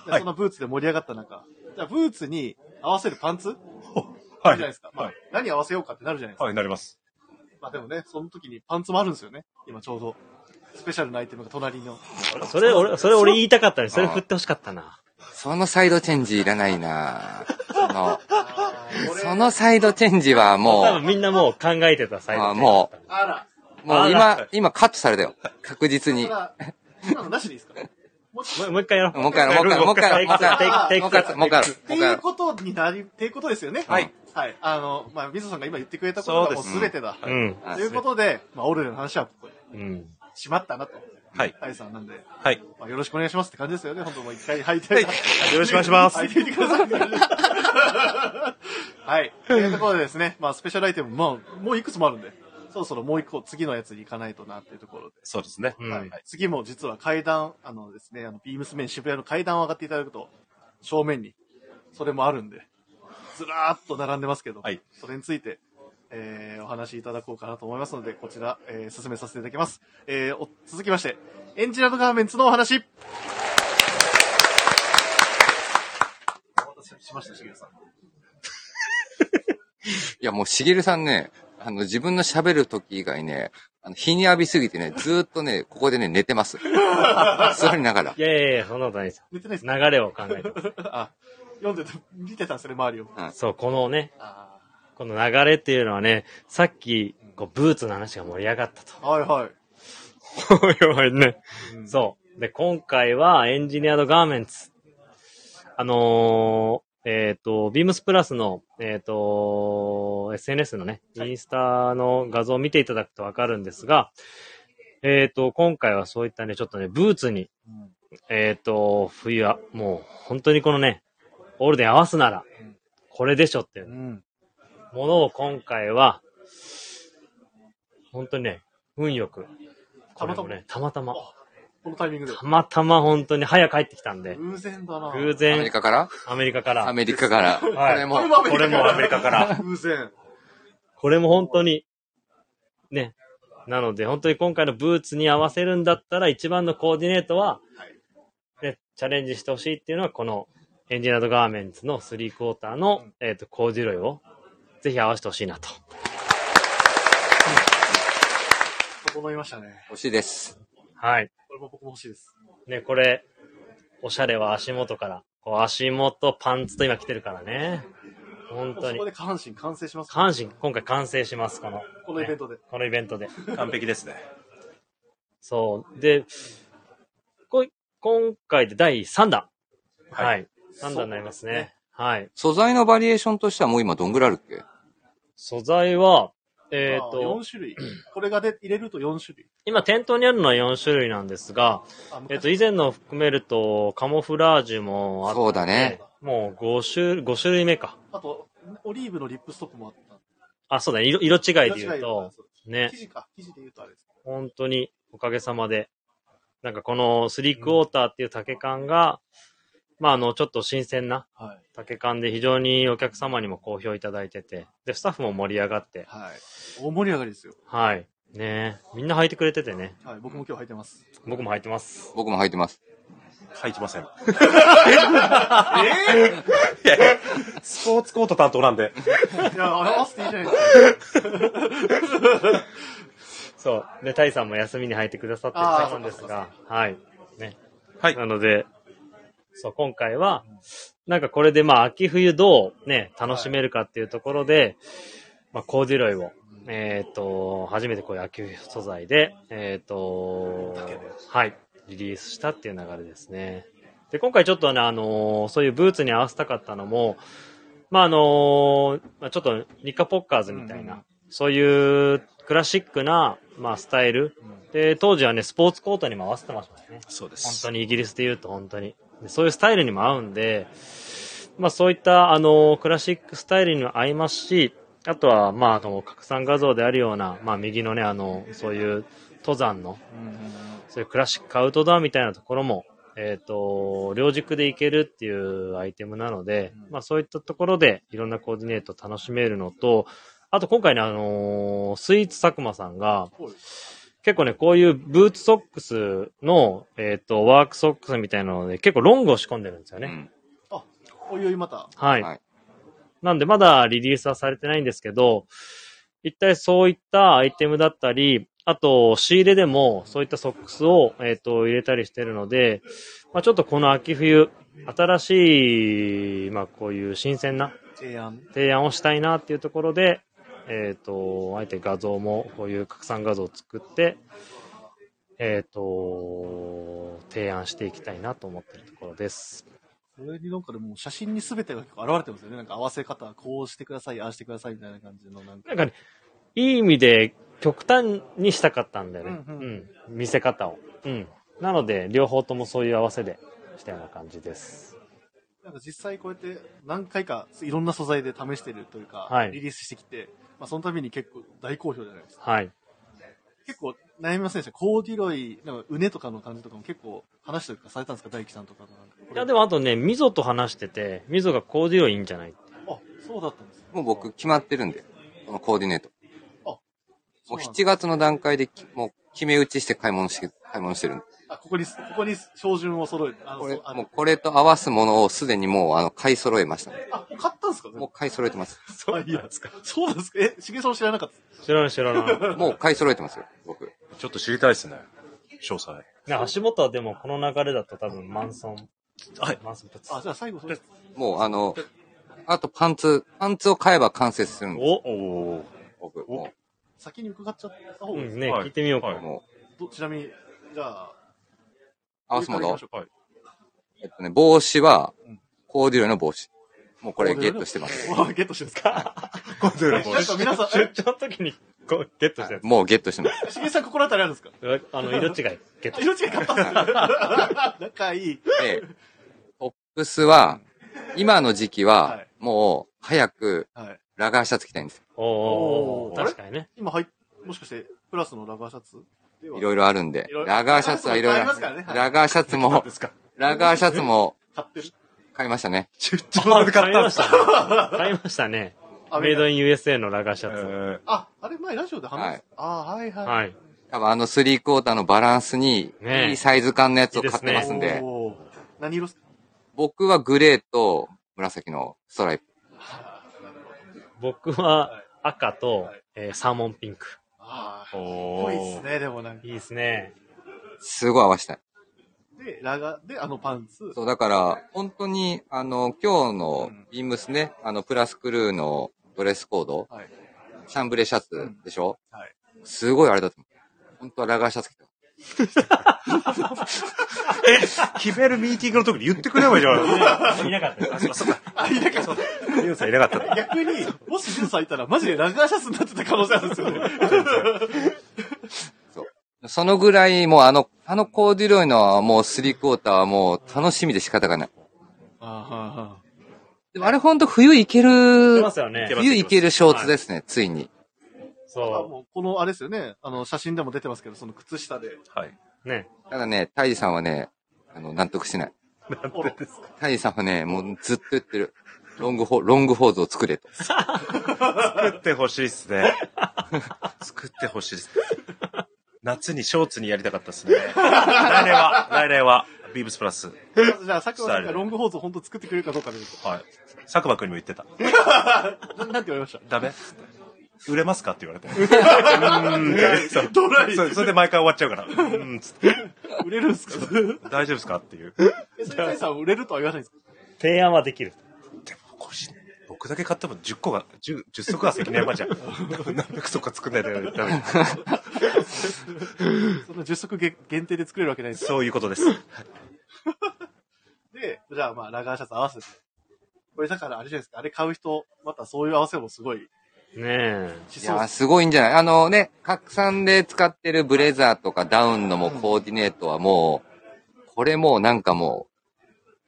ではいそのブーツで盛り上がった中、じゃあブーツに合わせるパンツあはるじゃないでい。すか。まあは、何合わせようかってなるじゃないですか。はい、なります。まあでもね、その時にパンツもあるんですよね。今ちょうど。スペシャルなアイテムが隣の。それ、俺、それ俺言いたかったね。それあー振ってほしかったな。そのサイドチェンジいらないなその、俺そのサイドチェンジは多も分みんなもう考えてた最あ後。もあら、う、もうあ今、今カットされたよ。確実に。たもだ、今のなしでいいですかもう一も回うもう一回やろう。う一回やろう、もう一回やろう、もう一回やろテう、イもうクテイ一回やクろう、もう一回やろっう、もてう一回やいろうことになり、っていうことですよね。はい。はい。あの、まあ、みそさんが今言ってくれたことがもう全てだ。ううん。う。ということで、まあ、オルレの話はここで、うん。しまったなと。はい。タイさんなんで、はい。まあ、よろしくお願いしますって感じですよね。本当もう一回履いて、はいよろしくお願いします履いてみてください。はい。というところでですね、まあ、スペシャルアイテム、まあ、もういくつもあるんで、そろそろもう一個、次のやつに行かないとなっていうところで。そうですね。うんはい。次も実は階段、あのですね、あの、ビームス面渋谷の階段を上がっていただくと、正面に、それもあるんで、ずらーっと並んでますけど、はいそれについて、えー、お話しいただこうかなと思いますので、こちら、えー、進めさせていただきます。えー、お続きまして、エンジニアードガーメンツのお話。お待たせしました、しげるさん。いや、もうしげるさんね、あの、自分の喋る時以外ね、あの、日に浴びすぎてね、ずーっとね、ここでね、寝てます。 座りながらい。やいやいや、そんなことないですよ。寝てないです流れを考えてま あ、読んでた、見てたんですね、周りを。す。そう、このね、あこの流れっていうのはね、さっき、こう、ブーツの話が盛り上がったと。ーはいはい。 やばいね。うんそう。で、今回はエンジニアドガーメンツ。あのーえっ、と、ビームスプラスの、えっ、と、SNS のね、インスタの画像を見ていただくとわかるんですが、えっ、と、今回はそういったね、ちょっとね、ブーツに、うんえっ、と、冬は、もう、本当にこのね、オールデン合わすならうん、これでしょっていううん。ものを今回は、本当にね、運よく、これもね、たまたま、このタイミングで。たまたま本当に早く帰ってきたんで、偶然だな。偶アメリ然、カからアメリカかアら、メリカから。こはいれも、これもアメリカから。偶然。これも本当に、ね、なので本当に今回のブーツに合わせるんだったら一番のコーディネートは、ね、チャレンジしてほしいっていうのはこのエンジニアードガーメンツのスリークォーターの、えっ、と、コーデュロイをぜひ合わせてほしいなと。整いましたね。欲しいです。はい。これも僕も欲しいです。ね、これ、おしゃれは足元から。こう足元、パンツと今来てるからね。本もう当そにこ。で下半身完成します。下半身、今回完成します、この。このイベントで。このイベントで。完璧ですね。そう。で、こい今回で第3弾。ははいい。3弾になりますね。そうですねはい。素材のバリエーションとしてはもう今どんぐらいあるっけ素材は、えあっ、ーと4、種類。これがで入れると4種類。今店頭にあるのは4種類なんですが、あえっ、と、以前のを含めると、カモフラージュもあって、そうだね。もう5種、5種類目か。あと、オリーブのリップストップもあった。あ、そうだね。色色違い色で違言ういのと、ね生、地か、生地で言うとあれです。本当におかげさまで、なんかこのスリークォーターっていう竹缶が、まあ、あの、ちょっと新鮮なはい。竹缶で非常にお客様にも好評いただいてて、で、スタッフも盛り上がって、はい。大盛り上がりですよ。はい。ねみんな履いてくれててね。はい。僕も今日履いてます。僕も履いてます。僕も履いてます。履いてません。スポーツコート担当なんで。いや、合わせていいじゃないですか。そう。で、タイさんも休みに履いてくださってあーたんですが、はい。ね。はいなので、そう、今回は、なんかこれでまあ、秋冬どうね、楽しめるかっていうところで、まあ、コーデュロイを、えっ、と、初めてこういう秋冬素材で、えっ、と、はい、リリースしたっていう流れですね。で、今回ちょっとね、あのーそういうブーツに合わせたかったのも、まあ、あのーまあ、ちょっと、ニカポッカーズみたいな、うんうんそういうクラシックな、まあ、スタイル。で、当時はね、スポーツコートにも合わせてましたね。そうで本当にイギリスで言うと本当に。でそういうスタイルにも合うんで、まあそういった、あの、クラシックスタイルにも合いますし、あとは、まあ、あの、拡散画像であるような、まあ右のね、あの、そういう登山の、そういうクラシックアウトドアみたいなところも、えっ、と、両軸でいけるっていうアイテムなので、まあそういったところでいろんなコーディネート楽しめるのと、あと今回ね、あのースイーツ佐久間さんが、はい結構ね、こういうブーツソックスの、えっ、と、ワークソックスみたいなので、結構ロングを仕込んでるんですようね。ん。あ、おいおいまた。はい。はいなんで、まだリリースはされてないんですけど、一体そういったアイテムだったり、あと、仕入れでも、そういったソックスを、えっ、と、入れたりしてるので、まあちょっとこの秋冬、新しい、まあこういう新鮮な提案。提案をしたいなっていうところで、えっ、と、あえて画像も、こういう拡散画像を作って、えっ、と、提案していきたいなと思ってるところです。それになんかでも写真に全てが結構現れてますよね。なんか合わせ方、こうしてください、ああしてくださいみたいな感じのなんか。なんかね、いい意味で極端にしたかったんだよね。ううんん、う見せ方を。うん。なので、両方ともそういう合わせでしたような感じです。なんか実際こうやって何回かいろんな素材で試してるというか、はいリリースしてきて、まあその度に結構大好評じゃないですか。はい。結構悩みませんでした。コーデュロイ、なんかうねとかの感じとかも結構話したりとかされたんですか大輝さんとかのなんか。いや、でもあとね、ミゾと話してて、ミゾがコーディロイいいんじゃないあ、そうだったんですねもう僕決まってるんで、このコーディネート。そうもうなんだ7月の段階でき、もう決め打ちして買い物して、買い物してるんで。あ、ここに、ここに標準を揃えて、あの、これそう、あもうのこれと合わすものをすでにもうあの、買い揃えました。あ、買ったんですかもう買い揃えてます。そうなんですか。そうなんですか。え、しげさんも知らなかったです知らない知ら ない。もう買い揃えてますよ、僕。ちょっと知りたいですね。詳細。ね、橋本はでもこの流れだと多分マンソン、はい。マンソンプツあ、。じゃあ最後それ。もうあの、あとパンツ、パンツを買えば完成するんです、おおー僕。おも先に伺っちゃった方うがいいですんかね、はい聞いてみようか。う、もう、どちなみに、じゃあ、合わすも上から行きまのしょうはい。えっとね、帽子はうん、コーデュロイの帽子。もうこれコーデュロゲッイのトして ます。わあゲットしてるん ですかコーデュロイのなんか皆さん、出張の時にこうゲット したやもうゲットしてます。 え、しげさん心当たりあるんですかつ。あの、色違いゲッあトし色違い買ったんですか仲いい。で、トップスは、今の時期は、はいもう、早く、はい。ラガーシャツ着たいんです。た。 おーおあーおーれ確かに ね。今入っ、もしかして、プラスのラガーシャツではいろいろあるんでいろい。ろラガーシャツはいろいありろますからねは。いラガーシャツも、ですかラガーシャツも買ってる。買いましたね。出張で買買っいたまんでしすかたね。買いましたね。メイドイン。イン USA のラガーシえャツ。ーあ、あれ前ラジオで話した。あ、はいはい。はい。多分あのスリークォーターのバランスに、ねえいいサイズ感のやつを買ってますんで、おー何色っすか僕はグレーと紫のストライプ。僕は赤と、えーサーモンピンク。ああ、お濃ーいっすね、でもなんか。いいですね。すごい合わせたい。で、ラガー、で、あのパンツ。そう、だから、本当に、あの、今日のビームスね、あの、プラスクルーのドレスコード、はい。シャンブレシャツでしょ、はい。すごいあれだと思う。本当はラガーシャツ着て決めるミーティングの時に言ってくればいいじゃん。いなかったあ、そうか、そうか。あ、いなかった。ユンさんいなかったんだ。逆に、もしジュンさんいたら、マジでラガーシャツになってた可能性あるんですよね。そのぐらい、もうあの、あのコーデュロイのもうスリークォーターはもう楽しみで仕方がない。 あでもあれほんと冬いける出ま、すよね出。ます冬いけるショーツですね、ついに。あ、はあ。そもうこの、あれですよね。あの、写真でも出てますけど、その靴下で。はい。う。ね。ただね、タイジさんはね、あの、納得しない。おろタイジさんはね、もうずっと言ってる。ロングホ、ロングホーズを作れと。作ってほしいっすね。作ってほしいっす。夏にショーツにやりたかったっすね。来年は、来年は、ビームスプラス。 じゃあ、佐久間さんがロングホーズを本当作ってくれるかどうかで、はい。佐久間くんにも言ってた。ななんて言われ ましたダメっつって売れますかって言われて。 うーん。そうドライそうそれで毎回終わっちゃうから。うーん。つって売れるんですか大丈夫ですかっていう。え、それタイさん売れるとは言わないんですか提案はできる。これ僕だけ買っても10個が、10、10足が関根山じ ゃん。何百足か作んないとダメ。その10足限限定で作れるわけないです。そういうことです。で、じゃあまあ、ラガーシャツ合わせて。これだからあれじゃないですか。あれ買う人、またそういう合わせもすごいねえ。しいそうやでー、す。すごいんじゃないあのね、拡散で使ってるブレザーとかダウンのもうコーディネートはもう、これもうなんかもう、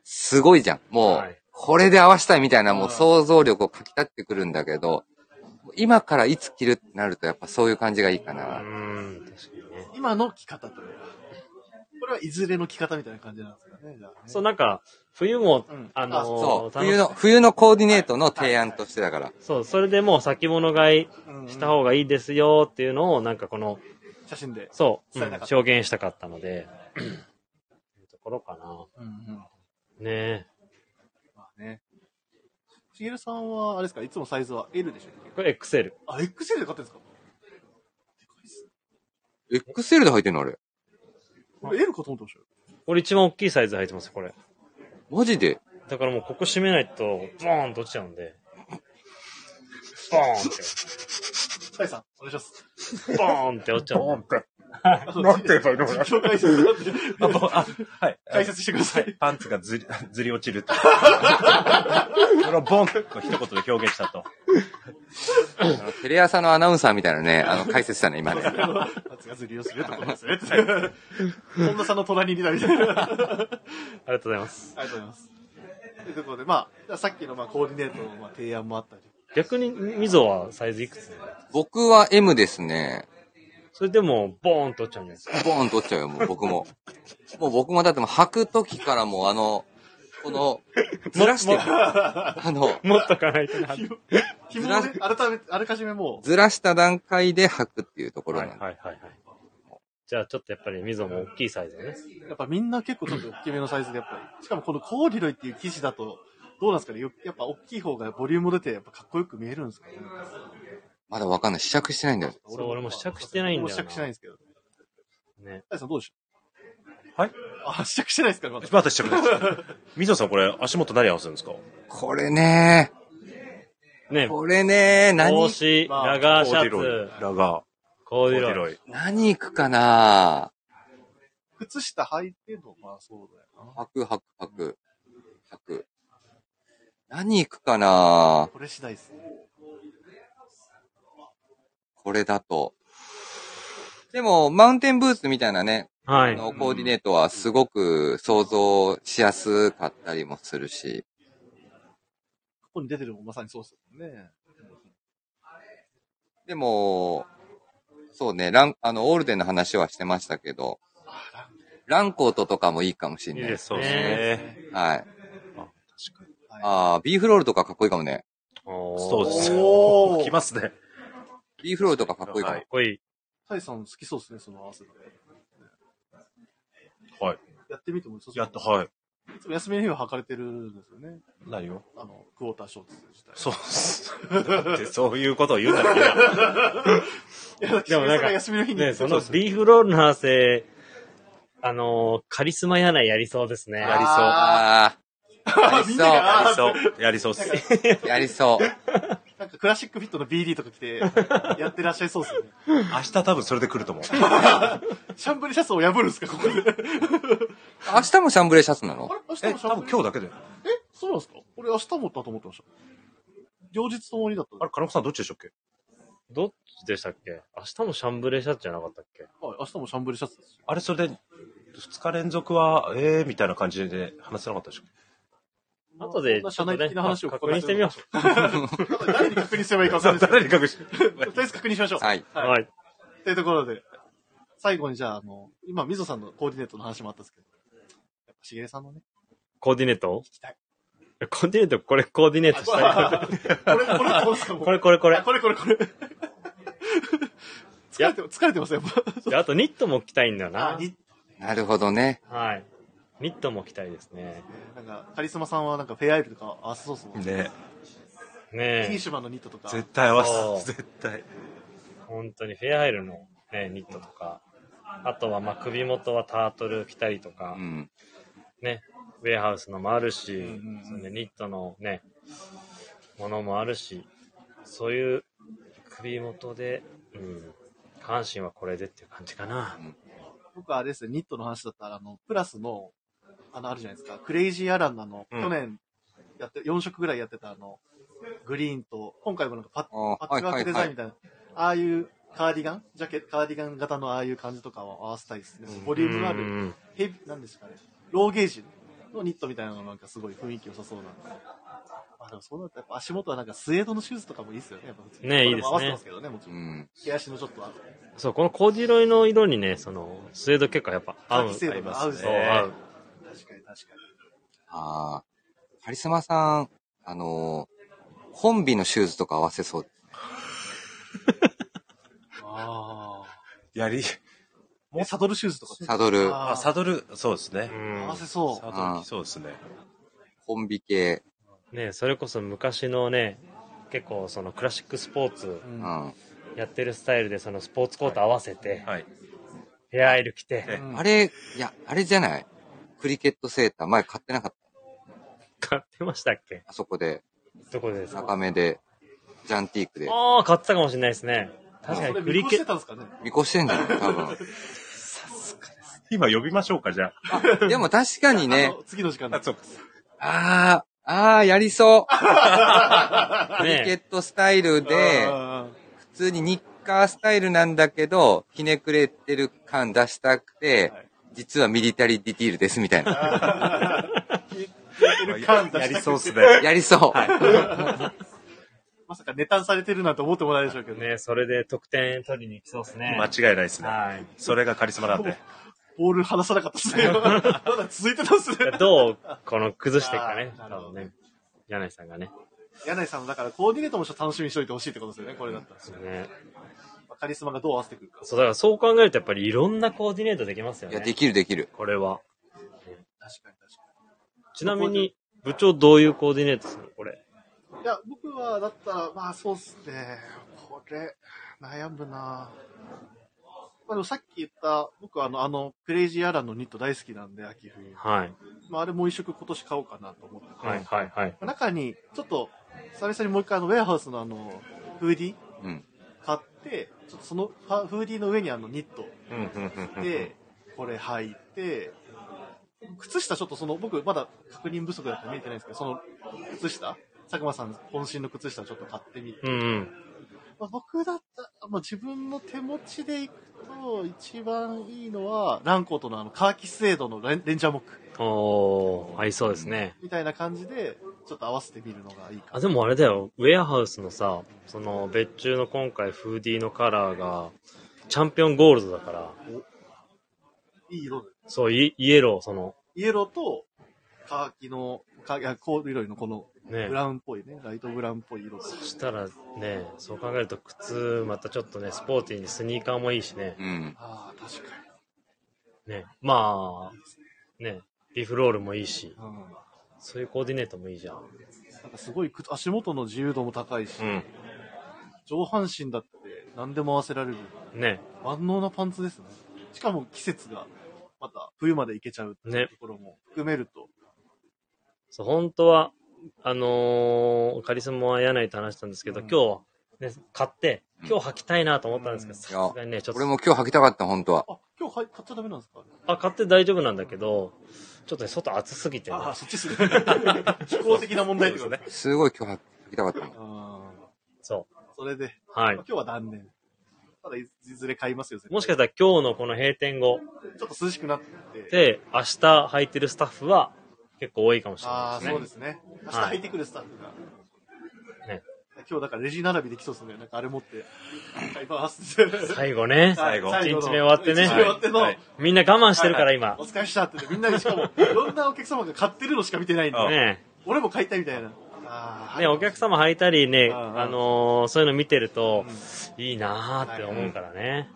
すごいじゃん。もはうい、これで合わせたいみたいなもううん想像力をかき立ってくるんだけど、今からいつ着るってなるとやっぱそういう感じがいいかうん。確な。かにね。今の着方というか。これはいずれの着方みたいな感じなんですかね。じゃあね、そう、なんか、冬もうん、ああのそー、楽しう。冬の、冬のコーディネートの提案としてだから。そう、それでもう先物買いうんうんした方がいいですよっていうのを、なんかこの、写真で。そう、う伝えんなかった表現したかったので、 というところかな。うんうん。ねまあね。しげるさんは、あれですか、いつもサイズは L でしたっえ。けこれ XL。あ、XL で買ってるんですか XL で履いてんのあれ。俺 ?L かと思ってましたよ。俺一番大きいサイズ入ってますよ、これ。マジでだからもうここ閉めないと、ボーンと落ちちゃうんで。ボーンっタイさん、お願いします。て、ボーンって落ちちゃうんで。なんて言えばいいの紹介して、あ、ぼあはい。解説してください。パンツがずり、 ずり落ちるって。それをボンと一言で表現したと。あのテレ朝のアナウンサーみたいなね、あの解説したね、今ね。夏がずりをするってことですね。本田さんの隣にいたみたいな。ありがとありがとうございます。うございます。というところで、まあ、さっきのまあコーディネートのまあ提案もあったり。逆に、みぞはサイズいくつ僕は M ですね。それでも、ボーンと落ちちゃうんじゃないですか。ボーンと落ちちゃうよ、もう僕も。もう僕もだってもう履く時からもうあの、この、ずらしてる。あの、 持っとかないとな。はい紐をね、改めて、あらかじめもう、ずらした段階で履くっていうところはないんで、はいはい。じゃあちょっとやっぱりみぞも大きいサイズね。やっぱみんな結構ちょっと大きめのサイズで、やっぱり。しかもこのコーディロイっていう生地だと、どうなんですかねよやっぱ大きい方がボリュームも出て、やっぱかっこよく見えるんですかねまだわかんない。試着してないんだよ。そう俺も試着してないんだよな俺も試着してないんですけど。ね。タイさんどうでしょはいあ、試着してないですかねまだ。また試着です。水野さんこれ足元何合わせるんですかこれねね、これね帽何、子、まあラガーシャコーデツィロイ、ラガー、ココーーデデュィロロイ。イ。何行くかな靴下履いての、まあそうだよな。履く、履く、履く。履く。何行くかなこれ次第ですね。これだと。でも、マウンテンブーツみたいなね、はい。のコーディネートはすごく想像しやすかったりもするし、ここに出てるのもまさにそうですよね。でも、そうね、ラン、あの、オールデンの話はしてましたけど、ランコートとかもいいかもしれいいない。ですそうですね。はい。確かに。ああ、ビーフロールとかかっこいいかもね。そうそですおーよ。きますね。ビーフロールとかかっこいいかも。はいかっこいい。タイさん好きそうですね、その合わせて。はい。やってみても良さそうやっと、はい。いつも休みの日は履かれてるんですよね。何をあの、クォーターショーツ自体。そうっす。 だってそういうことを言うならいけない。でもなんか、休みの日に。ね、そのそうビーフロールの汗、あのー、カリスマやないやりそうですね。やりああ、や みりんながそやりそう。やりそうっす。う。 やりそう。なんかクラシックフィットの BD とか着て、やってらっしゃいそうですよね。明日多分それで来ると思う。シャンブリシャツを破るんですか、ここで。明日もシャンブレーシャツなのあれ明日え、もシャ多ン分ブレ今日だけだよ。えそうなんですか俺明日もだと思ってました。両日ともにだったんあで。れ、金子さんどっちでしたっけどっちでしたっけ明日もシャンブレーシャツじゃなかったっけはい、明日もシャンブレーシャツですよ。あれ、それで、2日連続は、えー、みたいな感じで話せなかったでしょ 後で、社内的な話をちょっとね確認してみよう。 誰に確認すればいいか分かんないですけ誰に隠してど。とりあえず確認しましょう。はい。う。はいはい。というところで、最後にじゃあ、あの、今、みぞさんのコーディネートの話もあったんですけど、やっぱしげるさんのね、コーディネート聞 きたい。コーディネート、これコーディネートしこれ、たい。これ、これ、どうですかもう これ、これ、これあ。これ、これ、これ。疲れて、疲れてますよ、やっぱ。であとニットも着たいんだよあな、。に、なるほどね。はい。ニットも着たいですね。なんか、カリスマさんはなんか、フェアアイルとか合わせそうそう。 ねフィニッねえ。シュマンのニットとか。絶対合わそうせ絶対。本当にフェアアイルの、ね、ニットとか。あとは、まあ、首元はタートル着たりとか、うん。ね。ウェアハウスのもあるし、んうんうんそれでニットのね、ものもあるし、そういう首元で、うん。下半身はこれでっていう感じかな。僕はあれですね、ニットの話だったら、あの、プラスの、あの、あるじゃないですか、クレイジーアランナの、うん去年、やって、4色ぐらいやってたあの、グリーンと、今回もなんかパッあーパッチワークデザインはいみたいな、ああいうカーディガンジャケカーディガン型のああいう感じとかを合わせたいですね。ボリュームのあうんる、ヘビ、なんですかね、ローゲージのニットみたいなのがなんかすごい雰囲気良さそうなんで。まあでもそうなるとやっぱ足元はなんかスエードのシューズとかもいいですよね。やっぱ普通にねいいですこれもね合わせてますけどね、もちうろん。ん。毛足のちょっとあとそう、このコーディロイの色にね、その、スウェード結構やっぱ合う。カキセー合ドいまが合うすしそう、合う。確かに確かああ。カリスマさん、あのー本美のシューズとか合わせそう。に。ああ。やり、もうサドルシューズとか。サドル、ああ、サドル、そうですねう。合んわせそサドル、そうですね。本美系。ねそれこそ昔のね結構そのクラシックスポーツう。ううんん。やってるスタイルでそのスポーツコート合わせて、はい。ヘアアイル着て、ねあれ、いや、あれじゃないクリケットセーター、前買ってなかっ買ってましたっけた。あそこで、どこでですか高めで、ジャンティークで。ああ買ってたかもしれないですね確かそにれク見リ越ケしてたんですかね。見越してんじゃない多 今呼びましょうか、じゃ分。でも確かにねあ、の次の時間だあ。あ、。 そうか。あー、あー、やりそう。ットクリケねットスタイルで、あ普通にニッカースタイルなんだけど、ひねくれてる感出したくてはい、実はミリタリーディティールですみたいな。感出やしりたそうですね。 やりそう。まさかネタされてるなんて思ってもないでしょうけどね。ねそれで得点取りに行きそうですね 間違いないですね。はいそれがカリスマなんで。ボール離さなかったです ね。まだ続いてたんですね。いやどうこの崩していくか ねあー多分ね柳井さんがね柳井さんのだからコーディネートもちょっと楽しみにしといてほしいってことですよね、これだったら。ねカリスマがどう合わせてくるか。そうだからそう考えるとやっぱりいろんなコーディネートできますよいねや、できるできる。これは確かに確かちなみに部長どういうコーディネートするこれに。いや、僕はだったら、まあそうっすね。これ、悩むなまあでもさっき言った、僕はあの、あの、クレイジーアランのニット大好きなんで、秋冬。はいまああれもう一色今年買おうかなと思ってて。はいはいはい中に、ちょっと、久々にもう一回あの、ウェアハウスのあの、フーディうん。買って、ちょっとそのファフーディの上にあのニット うん、うん、うん。で、これ履いて、靴下ちょっとその、僕まだ確認不足だったら見えてないんですけど、その靴下、佐久間さん渾身の靴下ちょっと買ってみて、うんうん。まあ、僕だったら、まあ、自分の手持ちで行くと、一番いいのは、ランコートのあの、カーキスエードのレンレンジャーモックおー、合いそうですね。みたいな感じで、ちょっと合わせてみるのがいいかあ、な。でもあれだよ、ウェアハウスのさ、その、別注の今回フーディーのカラーが、チャンピオンゴールドだから、いい色で。そう、イイエロー、その、イエローと、カーキの、カーキ、あコール色のこの、ねブ、ラウンっぽいね、ライトブラウンっぽい色と。そしたらね、そう考えると靴、またちょっとね、スポーティーにスニーカーもいいしねう、ん。ああ、確かね、まあ、ね、リフロールもいいし、に。うんそういうコーディネートもいいじゃん。なんかすごい靴足元の自由度も高いし、うん。上半身だって何でも合わせられるね、万能なパンツですね。しかも季節がまた冬までいけちゃうっていうねところも含めると、そう、本当は、あのーカリスマは柳井と話したんですけど、うん今日、ね、買って、今日履きたいなと思ったんですけど、うんさすがにね、ちょっと。俺も今日履きたかった、本当は。あ、今日はい買っちゃダメなんですかあ、買って大丈夫なんだけど、ちょっとね、外暑すぎてね。ああ、そっち ですね。気候的な問題ってことね。すごい今日は聞きたかったもん。あそーそれで、う。まはあい今。日は断念。ただ、いずれ買いますよ、絶対もしかしたら今日のこの閉店後ちょっと涼しくなって。で、明日履いてるスタッフは結構多いかもしれあなあ、いですね。そうですね。明日はい入ってくるスタッフが。ね今日だからレジ並びできそうですね。なんかあれ持って。買います。最後ね。最後の一日目終わってね一日目終わっての。はいみんな我慢してるからはい今はい。お疲れしたって言ってみんなでしかも、いろんなお客様が買ってるのしか見てないんはで、いね俺も買いたいみたいな。あーね、お客様履いたりね、あああのーそういうの見てるとうん、いいなーって思うからね。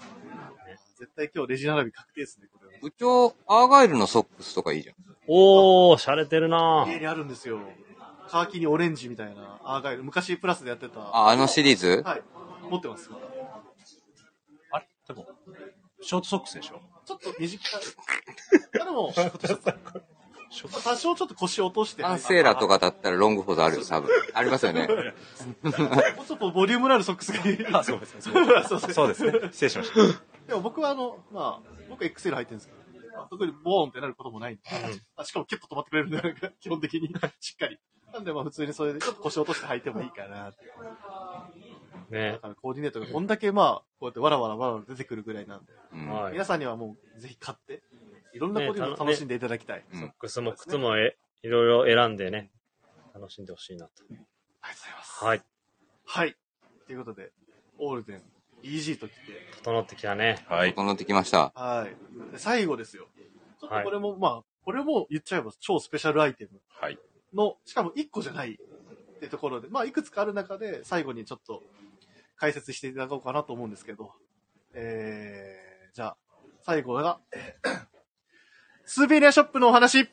絶対今日レジ並び確定ですね、これは。部長、アーガイルのソックスとかいいじゃん。おー、洒落てるな家ーにあるんですよ。カーキにオレンジみたいなアーガイル。昔プラスでやってた。はあ、あのシリーズい。持ってます。ちあれでも、ショートソックスでしょょっと短 い。あでも、多少ちょっと腰落として。アンセーラとかだったらロングフォードあるよ、多分。ありますよね。もうちょっとボリュームのあるソックスがいい。あ、そうですね。 そうですねそうですね。 失礼しました。でも僕はあの、まあ、僕 XL 入ってるんですけど、特にボーンってなることもないんで、あしかもキュッと止まってくれるんで、なんか基本的にしっかり。なんでまあ普通にそれでちょっと腰落として履いてもいいかなって。だね。からコーディネートがこんだけまあ、こうやってわらわらわらわら出てくるぐらいなんで、うんはい皆さんにはもうぜひ買って、いろんなコーディネートを楽しんでいただきたい。うんそう靴も靴もえいろいろ選んでね、楽しんでほしいなと。ありがとうございます。はい。はい。ということで、オールデン、EG と来て、整ってきたね。 はい。整ってきました。はい。で最後ですよ。ちょっとこれも、まあ、これも言っちゃえば超スペシャルアイテム。はい。の、しかも1個じゃないってところで、まあ、いくつかある中で、最後にちょっと解説していただこうかなと思うんですけど、えー、じゃあ、最後が、 スーベニアショップのお話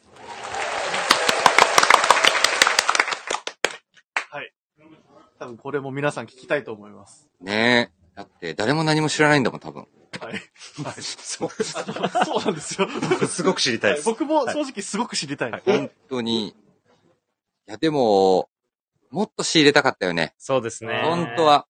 はい。多分これも皆さん聞きたいと思います。ねえ。だって、誰も何も知らないんだもん、多分。はい。そう。あそうなんですよ。すごく知りたいです。僕も正直すごく知りたい。 本当に。いや、でも、もっと仕入れたかったよね。そうですね。本当。は。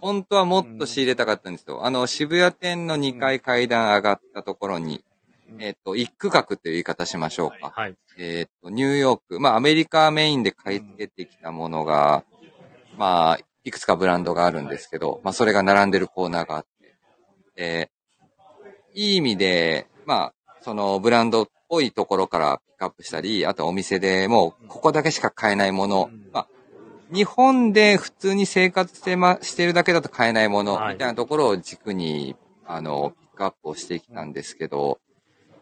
本当はもっと仕入れたかったんですよ。あの、渋谷店の2階階段上がったところに、うんえっ、と、一区画という言い方しましょうか。はい。えっ、と、ニューヨーク、まあ、アメリカメインで買い付けてきたものが、まあ、いくつかブランドがあるんですけど、まあ、それが並んでるコーナーがあって、で、いい意味で、まあ、そのブランドっぽいところからピックアップしたり、あとお店でもう、ここだけしか買えないもの、まあ、日本で普通に生活してま、してるだけだと買えないもの、みはいたいなところを軸に、あの、ピックアップをしてきたんですけど、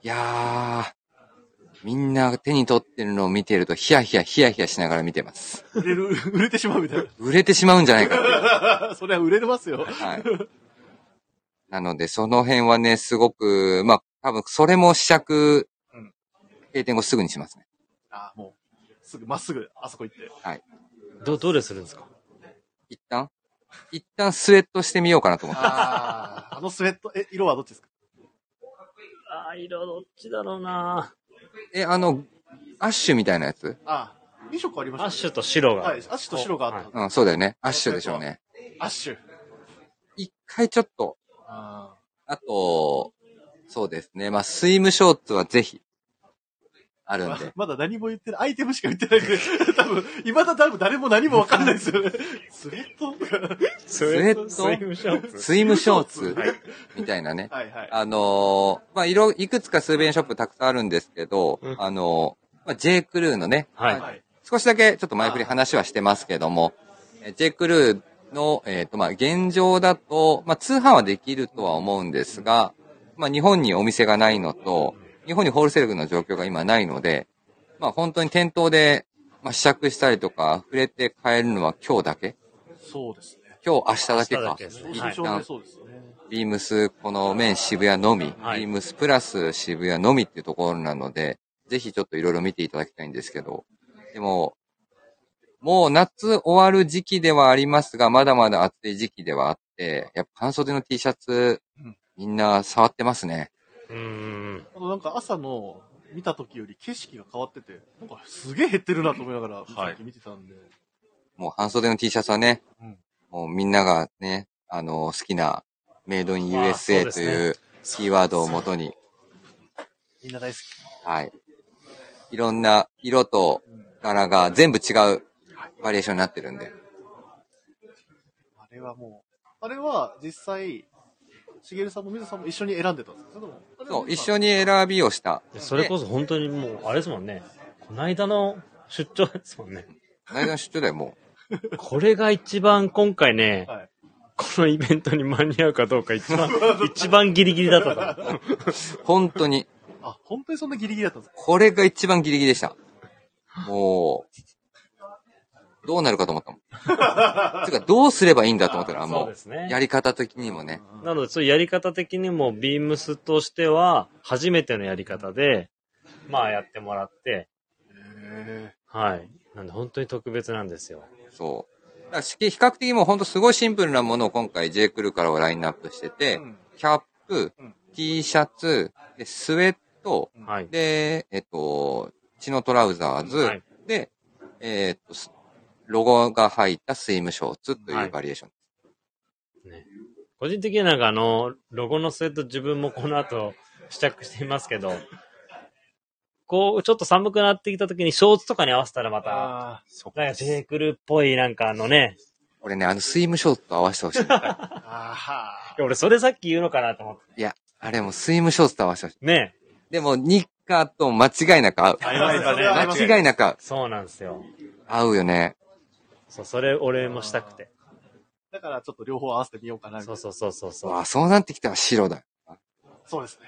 いやー、みんな手に取ってるのを見てると、ヒヤヒヤ、ヒヤヒヤしながら見てます。売れる、売れてしまうみたい売れてしまうんじゃないかっていう。な。それは売れますよ。はい。なので、その辺はね、すごく、まあ、多分、それも試着うん、閉店後すぐにしますね。あもう、すぐ、まっすぐ、あそこ行って。ど、どれするんですか一旦一旦スウェットしてみようかなと思って。あ あ、あのスウェット、え、色はどっちですかあー、色どっちだろうなえ、あの、アッシュみたいなやつああ、2色ありました、アッシュと白が。はい、アッシュと白があった。うん、そうだよね。アッシュでしょうね。アッシュ。一回ちょっと、ああと、そうですね。まあ、スイムショーツはぜひ、あるんあで。まだ何も言ってない。アイテムしか言ってないんで、 多分、今だ多分誰も何もわかんないですよね。スウェット とか。スウェットスイムショーツ。スイムショースイムツショーみたいなね。はいはい。あのーまあ、いろ、いくつかスーベニアショップたくさんあるんですけど、うんあのーまあ、J. クルーのね、はいまあはい少しだけちょっと前振り話はしてますけども、え J. クルーの、えっ、と、まあ、現状だと、まあ、通販はできるとは思うんですが、まあ、日本にお店がないのと、日本にホールセールの状況が今ないので、まあ、本当に店頭で、まあ、試着したりとか、触れて買えるのは今日だけそうですね。今日、明日だけ明日だかけです。ね印一はい象旦でそうですね。ビームス、この面渋谷のみ、はいビームスプラス渋谷のみっていうところなので、ぜひちょっといろいろ見ていただきたいんですけど、でも、もう夏終わる時期ではありますが、まだまだ暑い時期ではあって、やっぱ半袖の T シャツうん、みんな触ってますね。うーん。あとなんか朝の、見た時より景色が変わってて、なんかすげえ減ってるなと思いながら、さっき見てたんで。もう半袖の T シャツはね、うんもうみんながね、あの、好きなメイドインまあそう USA でとすねいう、キーワードをもとに、みんな大好き。はい。いろんな色と柄が全部違うバリエーションになってるんで。あれはもう、あれは実際、しげるさんも水野さんも一緒に選んでたんですかそれともあれはそう、一に。緒に選びをした。でそれこそ本当にもう、あれですもんね。この間の出張ですもんね。内田の出張だよ、もこれが一番今回ね、はいこのイベントに間に合うかどうか一番、一番ギリギリだったと思う。う。本当に。あ、本当にそんなギリギリだったんですかこれが一番ギリギリでした。もう、どうなるかと思った もん。つうか、どうすればいいんだと思ったら、そうもですねう、やり方的にもね。なので、そういうやり方的にも、ビームスとしては、初めてのやり方で、まあやってもらって、へはい。なんで、本当に特別なんですよ。そう。だからし比較的もうほんとすごいシンプルなものを今回 J クルからはラインナップしてて、うんキャップうん、 T シャツ、でスウェット、はい。で、えっと、血のトラウザーズ、はいで、えっと、すロゴが入ったスイムショーツとはいいうバリエーション。個人的になんかあの、ロゴのスウェット自分もこの後試着していますけど、こう、ちょっと寒くなってきた時にショーツとかに合わせたらまーた、あなんかジェイクルっぽいなんかあのね、これね、あのスイムショーツと合わせ てほしい。ーあはいや俺それさっき言うのかなと思って。いや、あれもスイムショーツと合わせてほしい。ねでも、ニッカーと間違いなく合う。合いますよね間違いなく合う。そうなんですよ。合うよね。そう、それ俺もしたくて。だからちょっと両方合わせてみようかなみたいうそな。そうそうそうそう。わあ、そうなってきたら白だ。そうですね。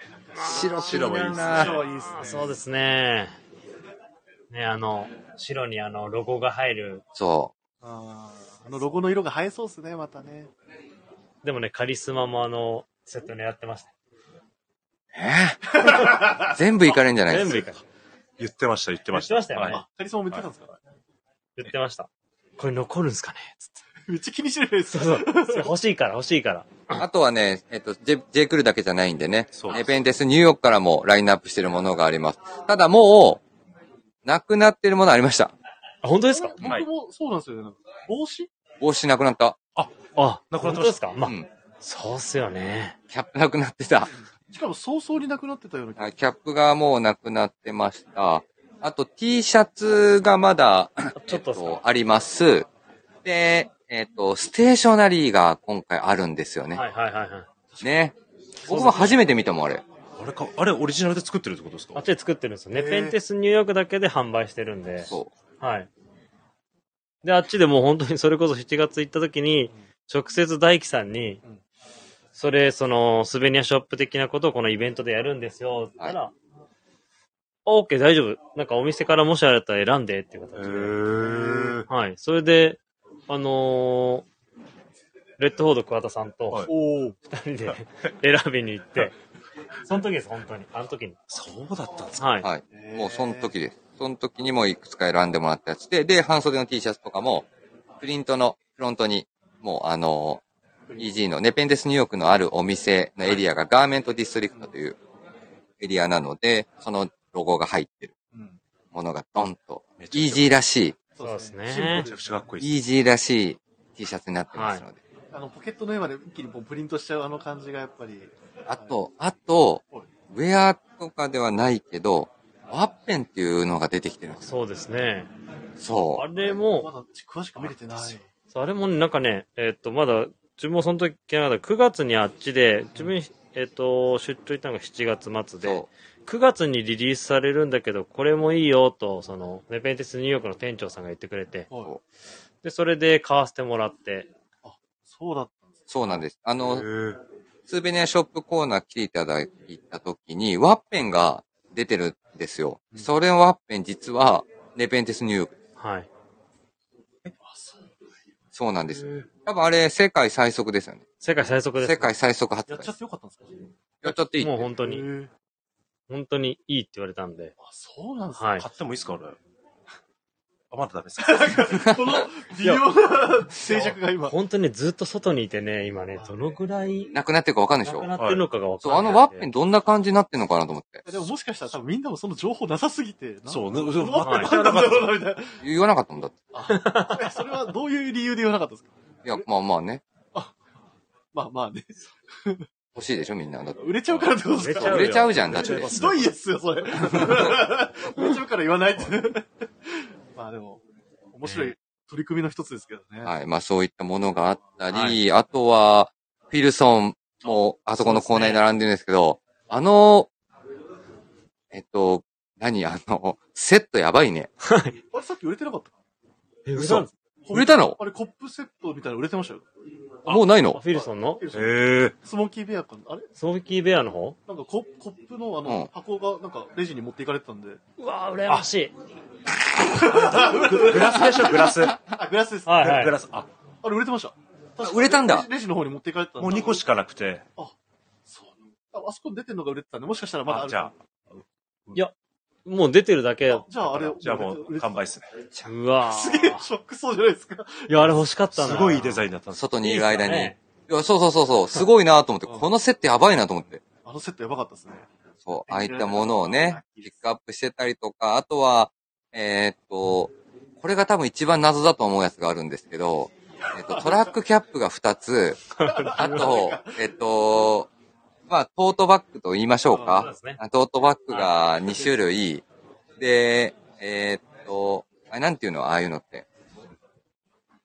白気にな白るもいいですねな白いいですね。あそうですね。ね、あの、白にあの、ロゴが入る。そあーあのロゴの色が映えそうですね、またね。でもね、カリスマもあの、セット狙ってました。う。えー全部いかれんじゃないです全部か。いかない言ってました、言ってまし言た。ってましたよねはいあ、カリスマも言ってたんですか、言ってました。これ残るんすかねつって。めっちゃ気にしてるです。そうそう。それ欲しいから、欲しいから。あとはね、えっと、J, J クルだけじゃないんでね。そうえーベンテスニューヨークからもラインナップしてるものがあります。ただもう、なくなってるものありました。あ、本当ですか僕もそうなんですよね。なんか帽子帽子なくなった。あ、なくなって本当ましたですかまうあ、ん。そうっすよね。キャップなくなってた。しかも早々になくなってたような気があキャップがもうなくなってました。あと T シャツがまだ、ちょっとっすかとあります。で、えっ、と、ステーショナリーが今回あるんですよね。はいはいはいはい。ね。僕も初めて見たもん、あれ。あれか、あれオリジナルで作ってるってことですあっかちで作ってるんですよ。ネペンテスニューヨークだけで販売してるんで。そはい。で、あっちでもう本当にそれこそ7月行った時に、直接大樹さんにうん、それ、その、スベニアショップ的なことをこのイベントでやるんですよ。って言ったら、オッケー大丈夫。なんかお店からもしあれだったら選んでっていうへ形で。ー。はい。それで、あのーレッドフォード桑田さんはといおお。二人で 選びに行って、その時です、本当に。あの時に。そうだったんですかはう。い。はいへ。ーもうその時です。その時にもいくつか選んでもらったやつで、で、半袖の T シャツとかも、プリントのフロントに、もうあの、EG のネペンデスニューヨークのあるお店のエリアがガーメントディストリクトというエリアなので、そのロゴが入ってるうん。ものがドンと、めちゃくちゃ EG らしそうですね。そうですねめちゃくちゃかっこいいです。い、EG らしい T シャツになってますので。あの、ポケットの絵まで一気にもうプリントしちゃうあの感じがやっぱり。あと、あとはい、ウェアとかではないけど、ワッペンっていうのが出てきてるんですよ。そうですね。あそれまも、だ詳しく見れてない。そうあれもねなんかね、えっ、と、まだ、自分もその時聞けなかった。9月にあっちで、自分、えっ、と、出張行ったのが7月末う。でそ、 9月にリリースされるんだけど、これもいいよと、その、ネペンテスニューヨークの店長さんが言ってくれて、はい。で、それで買わせてもらって、そうだったんでうす。。そうなんです。あへの、ースーベニアショップコーナー来ていただいた時に、ワッペンが出てるんですよ。それのワッペン実は、ネペンテスニューヨーク。はい。そうなんです。多分あれ、世界最速ですよね。世界最速です、世界最速発やっ売ちゃ。ってよかったんですかやっちゃっていいもう本当へに、ー本当にいいって言われたんで。あ、そうなんですか、はい。買ってもいいですかあれ。あ、まだダメですかこの微妙な静寂が今。本当にずっと外にいてね、今ね、どのぐらい、なくなってるかわかんないなでしくょなってるのかがわかそんないう、あんで。のワッペンどんな感じになってんのかなと思って。でももしかしたら多分みんなもその情報なさすぎて。。そうう、ね、どうなはっいてたんだろうなみたい言わなかったもんだって。な。えそれはどういう理由で言わなかったんですかいや、まあまあね。まあまあね。欲しいでしょみんな。だって売れちゃうからってことですか売れちゃうじゃんだって売れちゃいますひどいですよ、それ。売 れちゃうから言わないって。まあでも、面白い取り組みの一つですけどね。はい。まあそういったものがあったり、あとは、フィルソンもあそこのコーナーに並んでるんですけど、あの、えっと、何 あの、セットやばいね。あれさっき売れてなかったえ、嘘嘘売れたのあれコップセットみたいなの売れてましたよ。もうないあのフィルソンのえー、スモーキーベアかなあれソーキーベアの方なんかココップのあうんの箱がなんかレジに持っていかれてたんで。うわぁ、羨ましい。グラスでしょ、グラス。グあ、グラスです。はいはいラス。あ、あれ売れてました。確か売れたんだレジレジの方に持っていかれてたんでもう2個しかなくて。そうああそこに出てるのが売れてたんで、もしかしたらまだああ、る。じゃあ、もう出てるだけだ。じゃああれじゃあもう完売ですね。うわすぁ。げえショックそうじゃないですか。いや、あれ欲しかったな。すごいデす。ザインだったんですよ。外にいる間に。いねやそうそうそうそう、すごいなと思って、このセットやばいなと思って。あのセットやばかったですね。そう、ああいったものをね、ピックアップしてたりとか、あとは、えーっと、これが多分一番謎だと思うやつがあるんですけど、えっと、トラックキャップが2つ、あと、えっと、まあ、トートバッグと言いましょうそうでかすね。あトートバッグが2種類。で、えーっと、あれなんていうのああいうのって。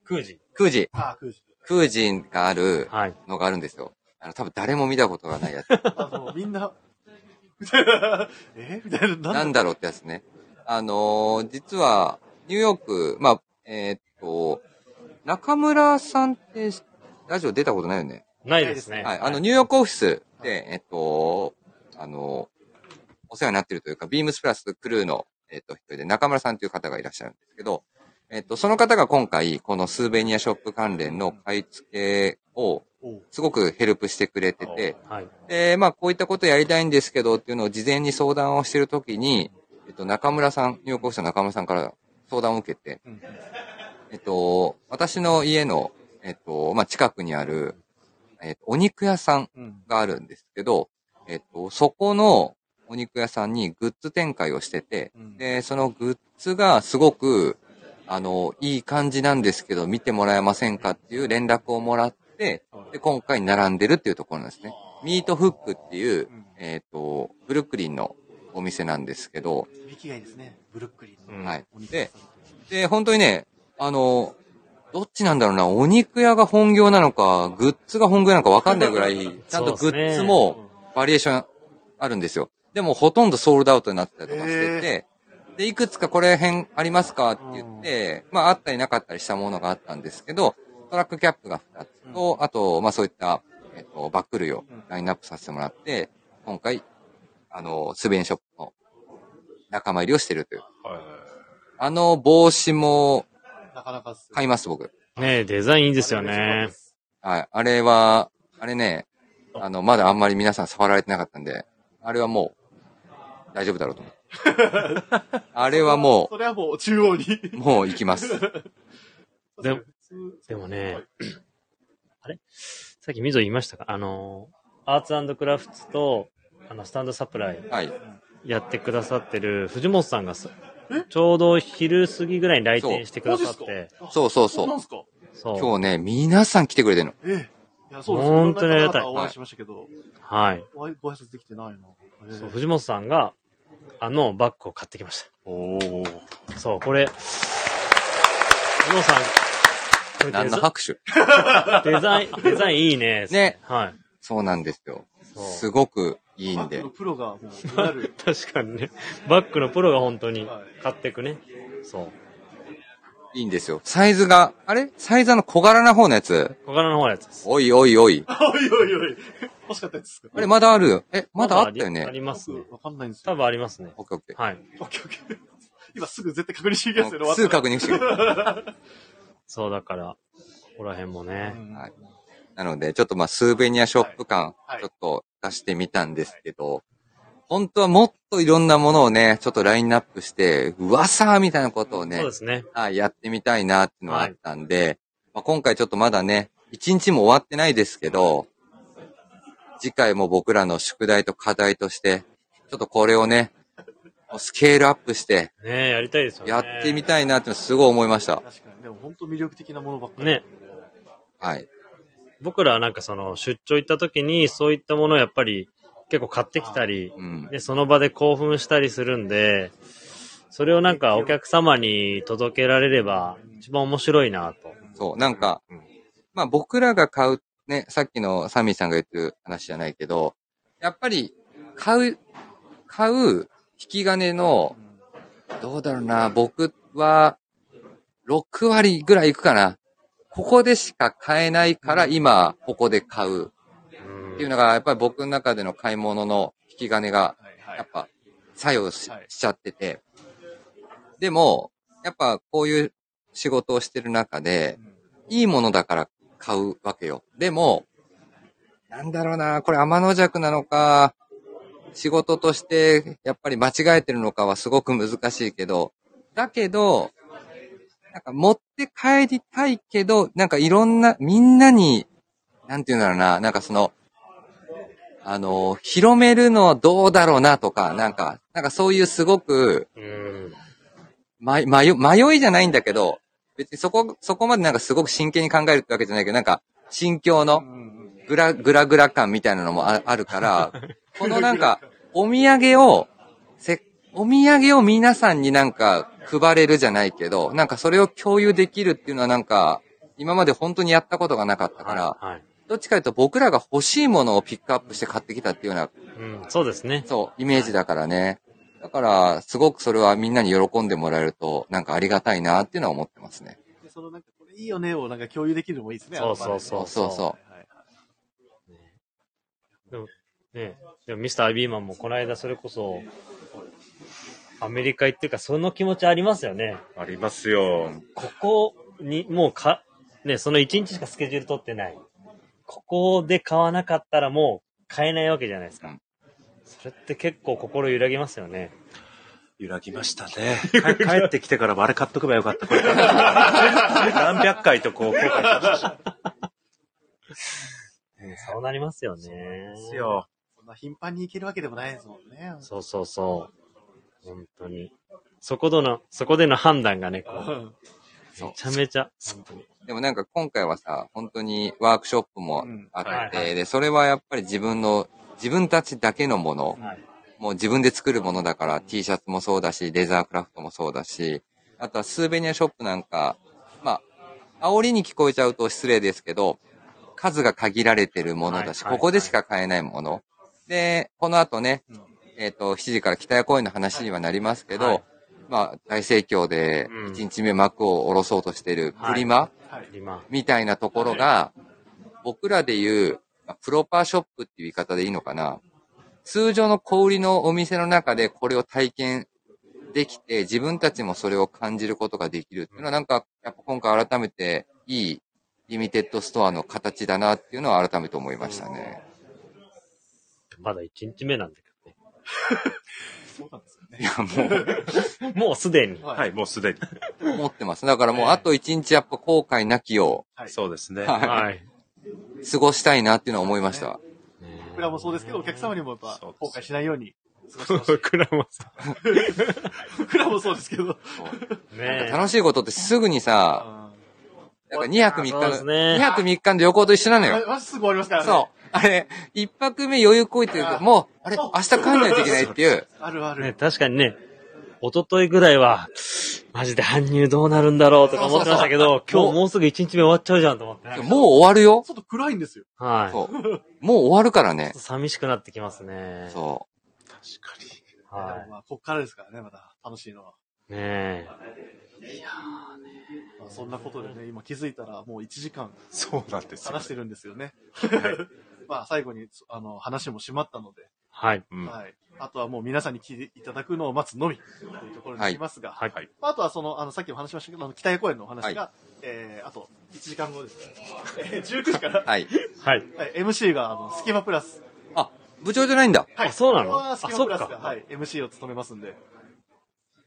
クージ。空時、ああ、クージ。空時があるはい。のがあるんですよ。あの、多分誰も見たことがないやつ。あの、みんな、みたいな、えみたいな、ななんだろうってやつね。あのー実は、ニューヨーク、まあ、えーっと、中村さんって、ラジオ出たことないよね。ないですね。はい。あの、ニューヨークオフィスで、えっと、あのーお世話になってるというか、ビームスプラスクルーの、えっと、一人で中村さんという方がいらっしゃるんですけど、えっと、その方が今回、このスーベニアショップ関連の買い付けを、おうすごくヘルプしてくれてて、はい。で、まあ、こういったことやりたいんですけどっていうのを事前に相談をしてるときに、えっと、中村さん、ニューヨークオフィスの中村さんから相談を受けて、うんえっと、私の家の、えっと、まあ、近くにある、えっと、お肉屋さんうん。があるんですけど、えっと、そこのお肉屋さんにグッズ展開をしてて、うんで、そのグッズがすごく、あの、いい感じなんですけど、見てもらえませんかっていう連絡をもらって、で、今回並んでるっていうところなんですね。ミートフックっていううん、えっ、と、ブルックリンのお店なんですけど、響きがいいですね。ブルックリンの。うんはいお。肉で屋、さんで、本当にね、あの、どっちなんだろうな、お肉屋が本業なのか、グッズが本業なのかわかんない ぐらい、ちゃんとグッズもバリエーションあるんですよ。でもほとんどソールドアウトになってたりとかしてて、で、いくつかこれ辺ありますかって言って、まああったりなかったりしたものがあったんですけど、トラックキャップが2つと、あと、まあそういった、えっと、バック類をラインナップさせてもらって、今回、あの、スベンショップの仲間入りをしてるという。あの帽子もなかなかっすよ買います、僕。ねえ、デザインいいですよね。はい。あれは、あれね、あの、まだあんまり皆さん触られてなかったんで、あれはもう、大丈夫だろ うと思う。あれはもそれはもう中央に。う、もう行きます。でも普通でもね、あれさっき溝言いましたかあの、アーツクラフトと、あの、スタンドサプライはい。やってくださってる藤本さんがす、ちょうど昼過ぎぐらいに来店してくださって、そうそうそうそなんう。すかそう今日ね、皆さん来てくれてるの。ええ。いや、そうですほんとにありがたいいろんな方々お会いしましたけど、はい。お会いご挨拶できてないな。ええそう、藤本さんが、あのバッグを買ってきましおー。た。そう、これ、藤本さん、これデ何のザ拍手デザ イン、デザインいいね。ね。はい。そうなんですよ。そすう。ごくいいんバックでの。プロがもう、な る。確かにね。バッグのプロが本当には買ってくね。そう。いいんですよ。サイズが、あれサイズあの小柄な方のやつ。小柄の方のやつです。おいおいおい。おいおいおい。欲しかったですかあれまだあるよ。え、まだあったよありね。ありますね僕。わかんないんですよ。多分ありますね。オッケーオッケはい。オッケーオッケー。今すぐ絶対確認していきますよね。ー。すぐ確認してくれ。そう、だから、ここら辺もね。うん はいなので、ちょっとまあ、スーベニアショップ感は、いちょっと出してみたんですけど、本当はもっといろんなものをね、ちょっとラインナップして、噂みたいなことをねそうで、すね。はい、やってみたいなっていうのはあったんで、まあ、今回ちょっとまだね、一日も終わってないですけど、次回も僕らの宿題と課題として、ちょっとこれをね、スケールアップして、ねえやりたいですよね。やってみたいなっていうのはすごい思いました。確かに。でも本当魅力的なものばっかり。ね。はい。僕らはなんかその出張行った時にそういったものをやっぱり結構買ってきたり、うん。で、その場で興奮したりするんで、それをなんかお客様に届けられれば一番面白いなと。そう。なんかうん、まあ僕らが買う、ね、さっきのサミーさんが言ってる話じゃないけど、やっぱり、買う、買う引き金の、どうだろうな、僕は、6割ぐらいいくかな。ここでしか買えないから今、ここで買うっていうのが、やっぱり僕の中での買い物の引き金がはいやっぱ、作用しはいしちゃってて。でも、やっぱこういう仕事をしてる中で、いいものだから買うわけよ。でも、なんだろうな、これ天の弱なのか、仕事としてやっぱり間違えてるのかはすごく難しいけど、だけど、なんか持って帰りたいけど、なんかいろんな、みんなに、なんていうんだろうな、なんかその、あの、広めるのどうだろうなとか、なんか、なんかそういうすごく、うん。ま、迷、迷いじゃないんだけど、別にそこ、そこまでなんかすごく真剣に考えるってわけじゃないけど、なんか、心境のぐら、ぐらぐら感みたいなのもああ るから、このなんか、お土産を、せ、お土産を皆さんになんか配れるじゃないけど、なんかそれを共有できるっていうのはなんか、今まで本当にやったことがなかったから、はいはい。どっちかというと僕らが欲しいものをピックアップして買ってきたっていうようなうん、そうですね。そう、イメージだからね。だから、すごくそれはみんなに喜んでもらえると、なんかありがたいなっていうのは思ってますね。でそのなんか、これいいよねをなんか共有できるのもいいですね。そうそうう。そうそうそうはいはいはいね、でもミスター・ビーマンもこの間それこそ、アメリカ行ってるから、その気持ちありますよね。ありますよ。ここに、もうか、ね、その1日しかスケジュール取ってない。ここで買わなかったらもう買えないわけじゃないですうかん。それって結構心揺らぎますよね。揺らぎましたね。 か帰ってきてからもあれ買っとけばよかった。これ 買っとけばよかった何百回とこう、後悔しましたそうなりますよね。ですよ。そんな頻繁に行けるわけでもないですもんね。そうそうそう。本当に。そこどの、そこでの判断がね、こう、ん。そうめちゃめちゃ、本当に。でもなんか今回はさ、本当にワークショップもあって、うんはいはいで、それはやっぱり自分の、自分たちだけのもの、はい。もう自分で作るものだから、T シャツもそうだし、レザークラフトもそうだし、あとはスーベニアショップなんか、まあ、煽りに聞こえちゃうと失礼ですけど、数が限られてるものだし、はいはいここでしか買えないもの。で、この後ね、うんえっ、と、7時から北谷公園の話にはなりますけど、はいまあ、大盛況でうん1日目幕を下ろそうとしているはいプリマ、はい。今。みたいなところが、僕らで言う、まあプロパーショップっていう言い方でいいのかな。通常の小売りのお店の中でこれを体験できて、自分たちもそれを感じることができるっていうのは、なんか、やっぱ今回改めていいリミテッドストアの形だなっていうのは改めて思いましたね。まだ1日目なんだけそうなんですよね。いや、どもね。もうすでに。はい、もうすでに。う、思ってます。だからもう、あと一日やっぱ後悔なきよはいそうですね。ははい。う、過ごしたいなっていうのは思いました。僕らもそうですけど、お客様にもやっぱそうです後悔しないように 過ごしてほしい。僕らもさ。僕らもそうですけど。ね楽しいことってすぐにさ、あなんか2泊3日そうですの、ね2泊3日の旅行と一緒なのよ。まずすぐ終わりますからね。そう。あれ、一泊目余裕こいてると、もう、あれ、明日帰んないといけないっていう。 あるあねる。確かにね、一昨日ぐらいは、マジで搬入どうなるんだろうとか思ってましたけど、そうそうそう今日もうすぐ1日目終わっちゃうじゃんと思って。もう終わるよ。外暗いんですよ。はい。ちょそう。もう終わるからねっと。寂しくなってきますね。そ確かに。ではもまあ、こっからですからね、また楽しいのは。い。ねまあそんなことでね、今気づいたらもう1時間そうなんですよ、話してるんですよね。はい まあ、最後に、あの、話もしまったので、はい。うんははい。あとはもう皆さんに聞いていただくのを待つのみというところになりますが、はい。はいまあ、あとはその、あの、さっきも話しましたけど、あの、北谷公園のお話が、はえー、あと1時間後ですね。 えー、19時からう。、はい。はい。はい、MC が、あの、スキマプラス。あ、部長じゃないんだ。はい。あそうなのここはスキマプラスあそが、っかはい、MC を務めますんで、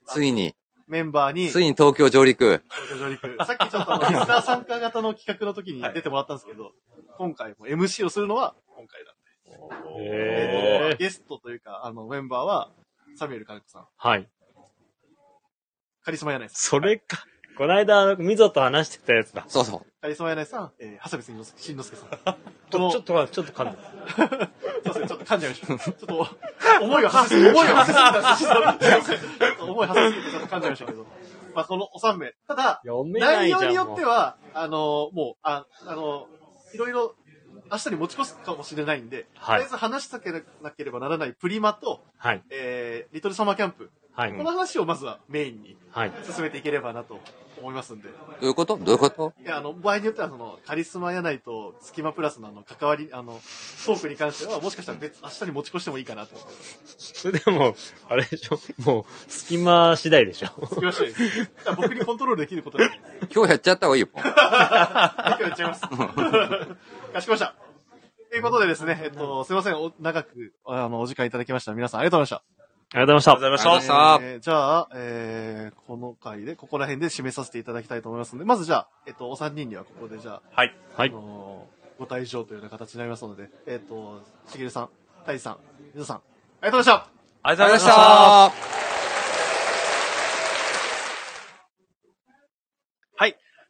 ついに、メンバーに、ついに東京上陸。東京上陸。さっきちょっとあの、リスナー参加型の企画の時に出てもらったんですけど、今回も MC をするのは、今回だ。へーゲストというか、あの、メンバーは、サミュエル金子さん、はい。カリスマやないです。それか。この間、みぞと話してたやつだ。そうそう。かりそまやないさん、えー、長谷部慎之介さん。 ちこの、ょちっょっと、と、ちょっと噛んだ。すいませんちょっと噛んじゃいました。ちょっと、思いが馳せすぎ思いが馳せすぎた。ちょっと思い馳せすぎて、ちょっと噛んじゃいましたけど。まあ、このお三名。ただ、読めな内いじゃん。容によっては。は、あのもう、あ、あのいろいろ、明日に持ち越すかもしれないんで、はといりあえず話したけなければならないプリマと、はい。えー、リトルサマーキャンプ、はい。この話をまずはメインにはい。進めていければなと思いますんで。どういうことどういうこといや、あの、場合によっては、その、カリスマやないと、スキマプラスのあの、関わり、あの、トークに関しては、もしかしたら別、明日に持ち越してもいいかなと。それでも、あれでしょもう、隙間次第でしょつきましたよだから僕にコントロールできることなんで、今日やっちゃった方がいいよ。もう今日やっちゃいます。かしこました。ということでですね、えっと、すいません、お長く、あの、お時間いただきました。皆さんありがとうございました。ありがとうございました。りがとうございましたさあえーじゃあ、えー、この回で、ここら辺で締めさせていただきたいと思いますので、まずじゃあ、えっと、お三人にはここでじゃあ、はい。はあい。のーご退場というような形になりますので、えっ、と、しげるさん、たいじさん、みぞさん、ありがとうございましたありありがとうございまししたた。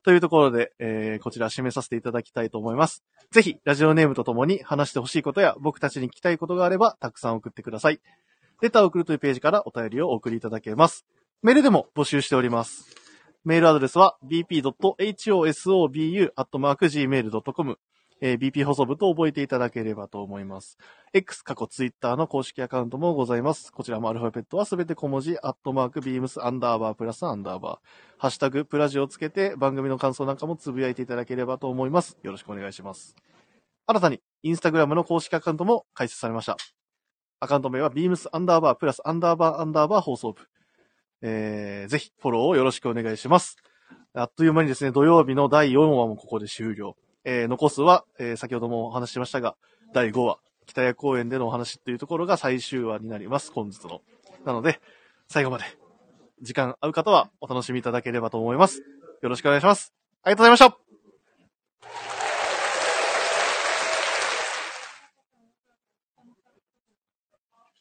というところで、えーこちら締めさせていただきたいと思います。ぜひ、ラジオネームとともに話してほしいことや、僕たちに聞きたいことがあれば、たくさん送ってください。レターを送るというページからお便りをお送りいただけます。メールでも募集しております。メールアドレスは bp.hosobu.gmail.com、えー bp 細部と覚えていただければと思います。X 過去 Twitter の公式アカウントもございます。こちらもアルファベットはすべて小文字、アットマーク、ビームス、アンダーバー、プラス、アンダーバー。ハッシュタグ、プラジをつけて、番組の感想なんかもつぶやいていただければと思います。よろしくお願いします。新たに、インスタグラムの公式アカウントも開設されました。アカウント名は、beams アンダーバー、プラスアンダーバーアンダーバー放送部。えー、ぜひ、フォローをよろしくお願いします。あっという間にですね、土曜日の第4話もここで終了。えー、残すは、えー、先ほどもお話ししましたが、第5話、北谷公園でのお話というところが最終話になります、本日の。なので、最後まで時間合う方はお楽しみいただければと思います。よろしくお願いします。ありがとうございました